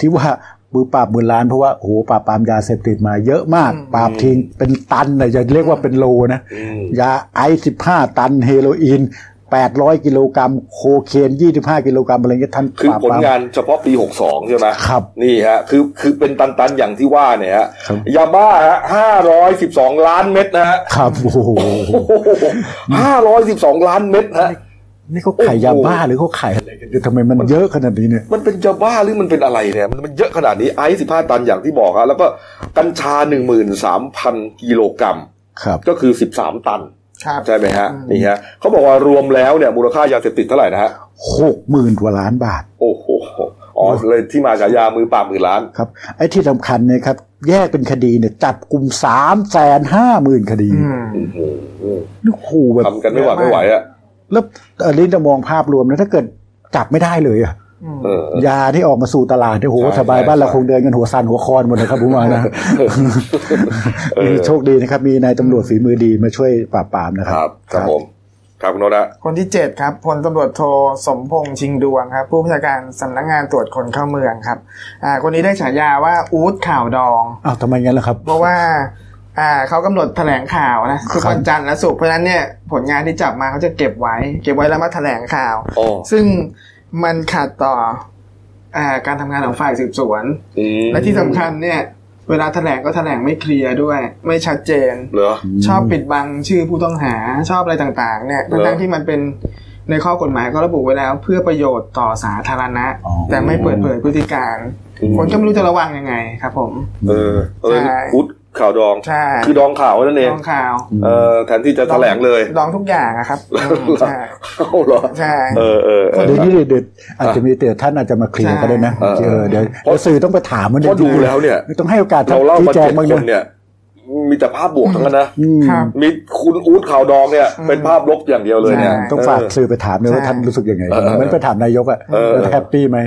ที่ว่ามือปราบหมื่นล้านเพราะว่าโอ้โหปราบปรามยาเสพติดมาเยอะมาก ปราบทิ้งเป็นตันนะอย่าเรียกว่าเป็นโลนะ
อืม
ยาไอซ์15 ตันเฮโรอีน 800 กิโลกรัม โคเคน 25 กิโลกรัมอะไรเงี้ยท่าน
คือผล
ปรม
งานเฉพาะปี 62 ใช่ไหม
ครับ
นี่ฮะ คือ คือเป็นตันๆ อย่างที่ว่าเนี่ยฮะ
ครับ
ยาบ้าฮะ512 ล้านเม็ดนะฮะ
ครับโอ้โห
โอ้โห512 ล้านเม็ดฮะ
นี่เขาขายยาบ้าหรือเขาขายอะไรกันเนี่ยทำไมมันเยอะขนาดนี้เนี่ย
มันเป็นยาบ้าหรือมันเป็นอะไรเนี่ยมันมันเยอะขนาดนี้ไอซ์สิบห้าตันอย่างที่บอกฮะแล้วก็กัญชาหนึ่งหมื่นสามพันกิโลกรัม
ครับ
ก็คือสิบสามตัน
ครับ
ใช่ไหมฮะ
อืม
นี่ฮะเขาบอกว่ารวมแล้วเนี่ยมูลค่ายาเสพติดเท่าไหร่นะฮะ
60,000กว่าล้านบาท
โอ้โหอ๋อเลยที่มาฉายามือปราบมือล้าน
ครับ ไอ้ที่สำคัญเนะครับ แยกเป็นคดีเนี่ย จับกลุ่ม350,000 คดี
อืม
โอ้โห
โอ้โหแบบ
ทำกันไม่หวาดไม่ไหวอ่ะ
แล้วอันนี้จะมองภาพรวมนะถ้าเกิดจับไม่ได้เลยอะ
เออ
ยาที่ออกมาสู่ตลาดเนี่ยโห
ใช่
สบายบ้านเรา
ใช่
คงเดินกันหัวซันหัวคอนหมดนะครับผมว่านะ
เออ
โชคดีนะครับ มีนายตำรวจฝีมือดีมาช่วยปราบปรามนะค
ค
รั
รับ บครับผม ครับคุณโนตะ
คนที่ 7 ครับพลตำรวจโทสมพงษ์ชิงดวงครับ ผู้บัญชาการสำนักงานตรวจคนเข้าเมืองครับอ่าคนนี้ได้ฉายาว่าอู๊ดข่าวดอง
อ้าวทำไมงั้นล่ะครับ
เพราะว่าอ่าเขากำหนดแถลงข่าวนะทุก
ครับ
วันจันทร์และศุกร์เพราะฉะนั้นเนี่ยผลงานที่จับมาเขาจะเก็บไว้ เก็บไว้แล้วมาแถลงข่าว
โอ้
ซึ่งมันขัดต่ออ่าการทำงานของฝ่ายสืบสวน
อืม
และที่สำคัญเนี่ยเวลาแถลงก็แถลงไม่เคลียร์ด้วย ไม่ชัดเจน
เหรอ
ชอบปิดบังชื่อผู้ต้องหาชอบอะไรต่างๆ เนี่ย
เหรอ
ทั้งๆที่มันเป็นในข้อกฎหมายก็ระบุไว้แล้ว เพื่อประโยชน์ต่อสาธารณะ แต่ไม่เปิดเผยพฤติการ คนก็ไม่รู้จะระวังยังไงครับ ผม
เออเออ
ใช่
คุดข่าวดอง
ใช่
คือดองข่าวนั่นเอง
ดองข่าว
เออแทนที่จะแถลงเลย
ดองทุกอย่างอะ ครับอืมใช่
เอาเหรอ
ใช่
เออเออเออ
เดี๋ยวนี้เดี๋ยวอาจจะมีแต่ท่านอาจจะมาเคลียร์ก็ได้นะ
ใช่
เออเดี๋ยว
เพราะ
เดี๋ยวสื่อต้องไปถามมัน
เพราะดูแล้วเนี่ย
ต้องให้โอกาสท่าน
เราเล่า
ชี้
มา
แจง
เจ็ด
บ้าง
คน
นะ
เนี่ย มีแต่ภาพบวกทั้งนั้นนะ
อืม
ครับ
มีคุณอู๊ดข่าวดองเนี่ย เป็นภาพลบอย่างเดียวเลยเนี่ย
ใช่
ต้องฝากสื่อไปถามเลยว่า
ใช่
ท่านรู้สึกยังไง
เออเออ
เหมันไปถามนายกอะ
เออเออ
แฮปปี้ไหม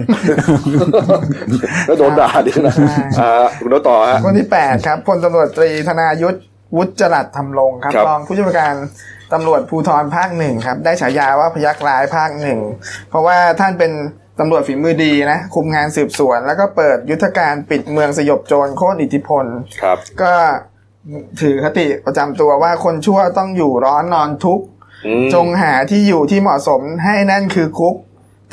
แล้วโดนด่าดินะอ่าคุณโนตต่อฮะ
คนที่ 8 ครับพลตำรวจตรีธนายุทธวุฒิจรัสทำลงครับ
ครับ
รองผู้ช่วยการตำรวจภูธรภาคหนึ่งครับ ได้ฉายาว่าพยักร้ายภาคหนึ่งเพราะว่าท่านเป็นตำรวจฝีมือดีนะ คุมงานสืบสวน แล้วก็เปิดยุทธการปิดเมืองสยบโจรโค่นอิทธิพล
ครับ
ก็ถือคติประจำตัวว่าคนชั่วต้องอยู่ร้อนนอนทุกข์
อืม
จงหาที่อยู่ที่เหมาะสมให้นั่นคือคุก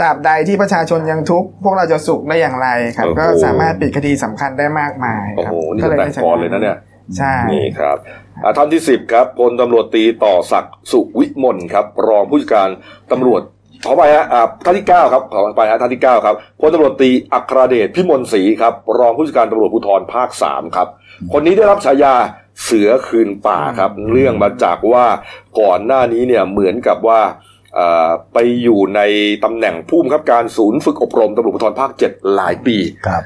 ตราบใดที่ประชาชนยังทุกข์พวกเราจะสุขได้อย่างไรครับ
โอ้โห
ก็สามารถปิดคดีสำคัญได้มากมาย
โอ้
ครับ
โห นี่
ก็
เป็นแต่ง
ได้ใช้
กรเลยนะเนี่ย
ใช่
นี่ครับอ่าท่านที่สิบครับพลตำรวจตีต่อศักดิ์สุวิมลครับ รองผู้จัดการตำรวจขอไปฮะอ่าท่านที่เก้าครับขอไปฮะท่านที่เก้าครับพลตำรวจตีอัครเดชพิมลศรีครับ รองผู้จัดการตำรวจภูธรภาคสามครับ คนนี้ได้รับฉายาเสือคืนป่าครับ เรื่องมาจากว่าก่อนหน้านี้เนี่ยเหมือนกับว่าอ่าไปอยู่ในตำแหน่งผู้บังคับการศูนย์ฝึกอบรมตำรวจภูธรภาคเจ็ดหลายปี
ครับ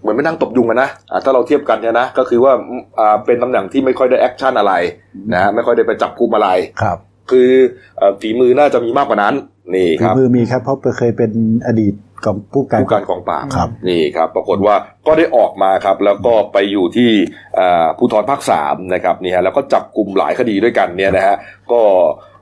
เหมือนไม่นั่งตบยุงอะนะอ่าถ้าเราเทียบกันเนี่ยนะ ก็คือว่าอืมอ่าเป็นตำแหน่งที่ไม่ค่อยได้แอคชั่นอะไรนะฮะไม่ค่อยได้ไปจับกุมอะไร
ครับ
คือเอ่อฝีมือน่าจะมีมากกว่านั้น นี่
ฝี
ครับ
มือมีครับ เพราะเคยเป็นอดีตของผู้การ
ผู้การกองปราบ
ครับ
นี่ครับ ปรากฏว่าก็ได้ออกมาครับ แล้วก็ไปอยู่ที่อ่าภูธรภาคสามนะครับนี่ฮะแล้วก็จับกลุ่มหลายคดีด้วยกันเนี่ยนะฮะก็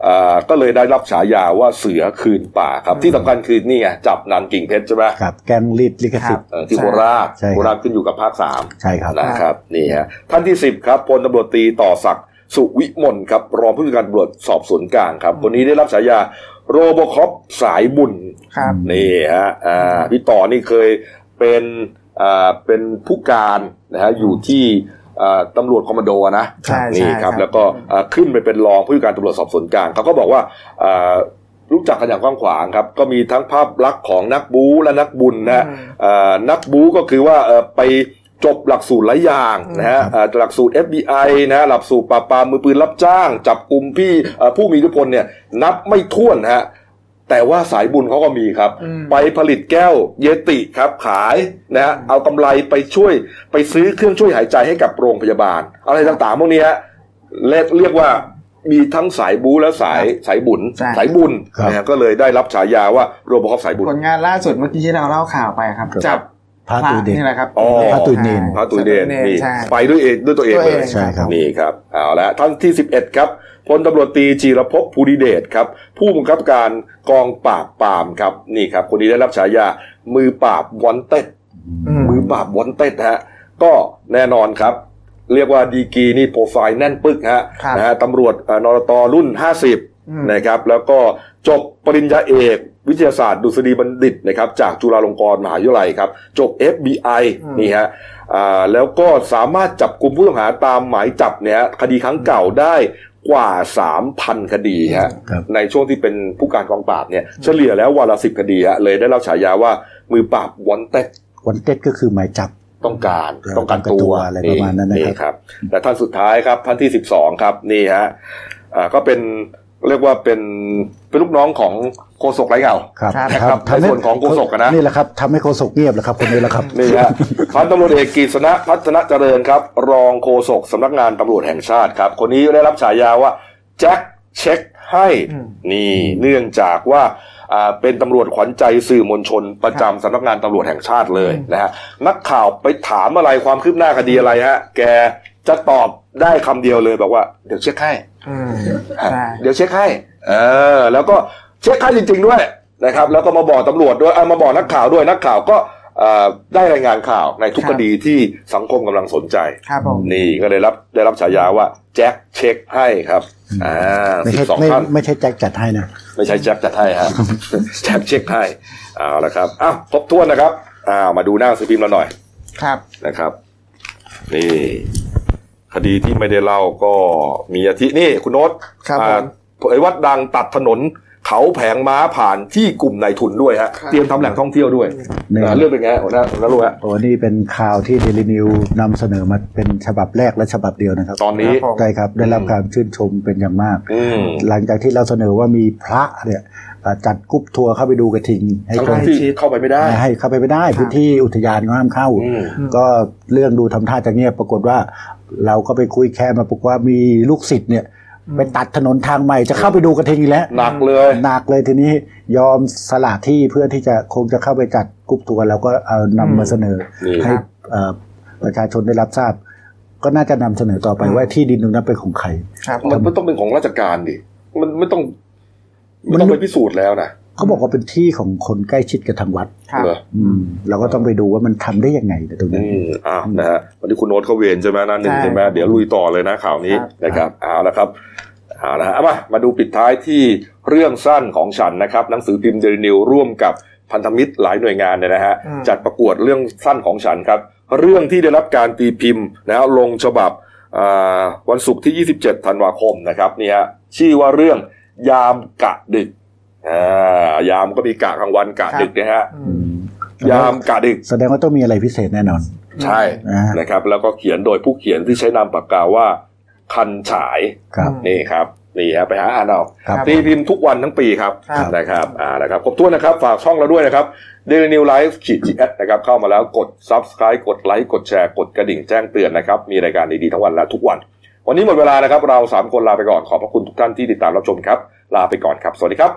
อ่าก็เลยได้รับฉายาว่าเสือคืนป่าครับ ที่สำคัญคือนี่ไงจับนันกิ่งเพชรใช่ไหม
ครับ แกงรีดลิขสิทธิ์
เอ่อที่โคราช
ใช่ครับ
โคราชขึ้นอยู่กับภาคสาม
ใช่ครับ
นะครับนี่ฮะท่านที่ 10ครับพลตำรวจตรีต่อศักดิ์สุวิมลครับรองผู้จัดการตำรวจสอบสวนกลางครับคนนี้ได้รับฉายาโรโบคอปสายบุญ
ครับ
นี่ฮะอ่าพี่ต่อนี่เคยเป็นอ่าเป็นผู้การนะฮะอยู่ที่อ่าตำรวจคอมมานโดนะ
ใช่
นี่
ใช่
ค
ครั
รับบ แล้วก็อ่าขึ้นไปเป็นรองผู้จัดการตำรวจสอบสวนกลางเขาก็บอกว่าอ่ารู้จักกันอย่างกว้างขวางครับก็มีทั้งภาพลักษณ์ของนักบู๊และนักบุญนะฮะ
อืม
เอ่อนักบูก็คือว่าเอ่อไปจบหลักสูตรหลายอย่างนะฮะเอ่อหลักสูตร FBI นะฮะหลักสูตรปราบปรามมือปืนรับจ้าง จับกลุ่มพี่เอ่อผู้มีอิทธิพลเนี่ยนับไม่ถ้วนนะฮะแต่ว่าสายบุญเขาก็มีครับ
อืม
ไปผลิตแก้วเยติครับขายนะฮะเอากำไรไปช่วยไปซื้อเครื่องช่วยหายใจให้กับโรงพยาบาล อะไรต่างๆพวกนี้ฮะเรียกเรียกว่ามีทั้งสายบูและสายสายบุญ
ใช่
สายบุญ
ครับ
นะฮะก็เลยได้รับฉายาว่าโรบอคอปสายบุญ
ผลงานล่าสุดเมื่อกี้ที่เราเล่าข่าวไปครับ
ครับ
จับ
พระตูเด็ก
นี่แหละครับ
อ๋อ
พระตุยเนร
พระตุยเดนนี่
ใช่
ไปด้วยเองด้วยตัวเองเลย
ใช่ครับ
นี่ครับเอาละท่านที่ 11 ครับพลตำรวจตรีจีรภพภูริเดชครับ ผู้บังคับการกองปราบปรามครับนี่ครับ คนนี้ได้รับฉายามือปราบวอนเต็ด
อืม
มือปราบวอนเต็ดฮะก็แน่นอนครับ เรียกว่าดีกรีนี่โปรไฟล์แน่นปึกฮะ
ครับ
นะฮะตำรวจเอ่อนรตรุ่น
อืม
50นะครับ แล้วก็จบปริญญาเอก วิทยาศาสตร์ดุษฎีบัณฑิตนะครับ จากจุฬาลงกรณ์มหาวิทยาลัยครับ จบ FBI นี่ฮะอ่าแล้วก็สามารถจับกลุ่มผู้ต้องหาตามหมายจับเนี่ยฮะคดีครั้งเก่าได้กว่า 3,000 คดีฮะ
ครับ
ในช่วงที่เป็นผู้การกองปราบเนี่ยเฉลี่ยแล้ววันละสิบคดีฮะเลยได้รับฉายาว่ามือปราบวอนเต็ด
วันเต็ดก็คือหมายจับ
ต้องการ
เออ
ต้องการ
ต้องการตั
ตัว
วอะไรประมาณนั้นนะครับ
ครับแต่ท่านสุดท้ายครับท่านที่สิบสองครับนี่ฮะอ่าก็เป็นเรียกว่าเป็นเป็นลูกน้องของโคศกไร้เงา
ครับ
ครับ
ครับในส่วนของโฆษกอะนะ
นี่แหละครับทำให้โฆษกเงียบแหละครับคนนี้แหละครับ
นี่ฮะพันตำรวจเอกกฤษณะพัฒนาเจริญครับ รองโฆษกสำนักงานตำรวจแห่งชาติครับ คนนี้ได้รับฉายาว่าแจ็คเช็คให้
อืม
นี่เนื่องจากว่าอ่าเป็นตำรวจขวัญใจสื่อมวลชนประจำสำนักงานตำรวจแห่งชาติเลยนะฮะนักข่าวไปถามอะไรความคืบหน้าคดีอะไรฮะ แกจะตอบได้คำเดียวเลยบอกว่า เดี๋ยวเช็คให้
อืม
เดี๋ยวเช็คให้ เออ แล้วก็เช็คให้จริง ๆ ด้วยนะครับ แล้วก็มาบอกตำรวจด้วยเอามาบอกนักข่าวด้วยนักข่าวก็เอ่อได้รายงานข่าวในทุกคดีที่สังคมกำลังสนใจ
ครับผม
นี่ก็เลยรับได้รับฉายาว่าแจ็คเช็คให้ครับอ่า
ไม่
สิ
ใช่
บสอง
ไม่
ท่าน
ไม่ใช่แจ็คจัดให้นะ
ไม่ใช่แจ็คจัดให้ฮะ แจ็คเช็คให้เอาละครับอ้าวครบถ้วนนะครับอ้าวมาดูหน้าหนังสือพิมพ์เราหน่อย
ครับ
นะครับ นี่ คดีที่ไม่ได้เล่าก็มีอาทินี่ คุณโน้ต
ครับ
อ่า
ผม
เผยวัดดังตัดถนน เขาแผงม้าผ่านที่กลุ่มนายทุนด้วยฮะ
ครับ
เตรียมทำแหล่งท่องเที่ยวด้วย
นี่
อ่าเรื่องเป็นไงฮะหัวหน้าหัวหน้ารู้ฮะ
โอ้นี่เป็นข่าวที่เดลินิวนำเสนอมาเป็นฉบับแรกและฉบับเดียวนะครับ
ตอนนี้
ใช่ครับ ได้รับความชื่นชมเป็นอย่างมาก
อืม
หลังจากที่เราเสนอว่ามีพระเนี่ยอ่าจัดกรุ๊ปทัวร์เข้าไปดูกระทิง ให้
ทั้ง
คน
ที่เข้าไปไม่ได้
ให้เข้าไปไม่ได้ พื้นที่อุทยานก็ห้ามเข้า
อืม
ก็เรื่องดูทำท่าจะเงียบปรากฏว่า เราก็ไปคุยแค่มาปรากฏว่ามีลูกศิษย์เนี่ยไปตัดถนนทางใหม่จะเข้าไปดูกระทิงอีกแล้ว
หนักเลย
หนักเลยทีนี้ยอมสละที่เพื่อที่จะคงจะเข้าไปจัดกรุ๊ปทัวร์แล้วก็เอานำมาเสนอ
นี่
ให้เอ่อประชาชนได้รับทราบ ก็น่าจะนำเสนอต่อไปว่าที่ดินตรงนั้นเป็นของใคร
ครับ
มันมันต้องเป็นของราชการดิ มันไม่ต้องมันต้องไปพิสูจน์แล้วนะ
เขาบอกว่าเป็นที่ของคนใกล้ชิดกับทางวัด
ครับ
เหรอ
อืมเราก็ต้องไปดูว่ามันทำได้ยังไงนะตรง
อื
นี้น
มอ้าวนะฮะวันนี้คุณโน้ตเขาเวรใช่ไหมนะหนึ่ง
ใช่
ใช่ไหมเดี๋ยวลุยต่อเลยนะข่าวนี้
ครับ
นะครับเอาละครับเอาละฮะเอามามาดูปิดท้ายที่เรื่องสั้นของฉันนะครับ หนังสือพิมพ์เดลินิวร่วมกับพันธมิตรหลายหน่วยงานเนี่ยนะฮะจัดประกวดเรื่องสั้นของฉันครับ เรื่องที่ได้รับการตีพิมพ์นะฮะลงฉบับอ่าวันศุกร์ที่ 27 ธันวาคมนะครับนี่ฮะชื่อว่าเรื่องยามกะดึกอ่ายามก็มีกะกลางวันกะดึกนะฮะ
อืม
ยามกะดึก
แสดงว่าต้องมีอะไรพิเศษแน่นอน
ใช่
อ่าน
นะครับ แล้วก็เขียนโดยผู้เขียนที่ใช้นามปากกาว่า คันฉาย
ครับ
นี่ครับนี่ฮะไปหาอ่านเอา
ครับ
ตีพิมพ์ทุกวันทั้งปีครับ
ครับ
นะครับอ่านะครับครบถ้วนนะครับ ฝากช่องเราด้วยนะครับ Daily New Life ขีดจีนะครับ เข้ามาแล้วกด Subscribe กดไลค์กดแชร์กดกระดิ่งแจ้งเตือนนะครับ มีรายการดีๆทั้งวันและทุกวัน วันนี้หมดเวลานะครับ เราสามคนลาไปก่อนขอบพระคุณทุกท่านที่ติดตามรับชมครับ ลาไปก่อนครับ สวัสดีครับ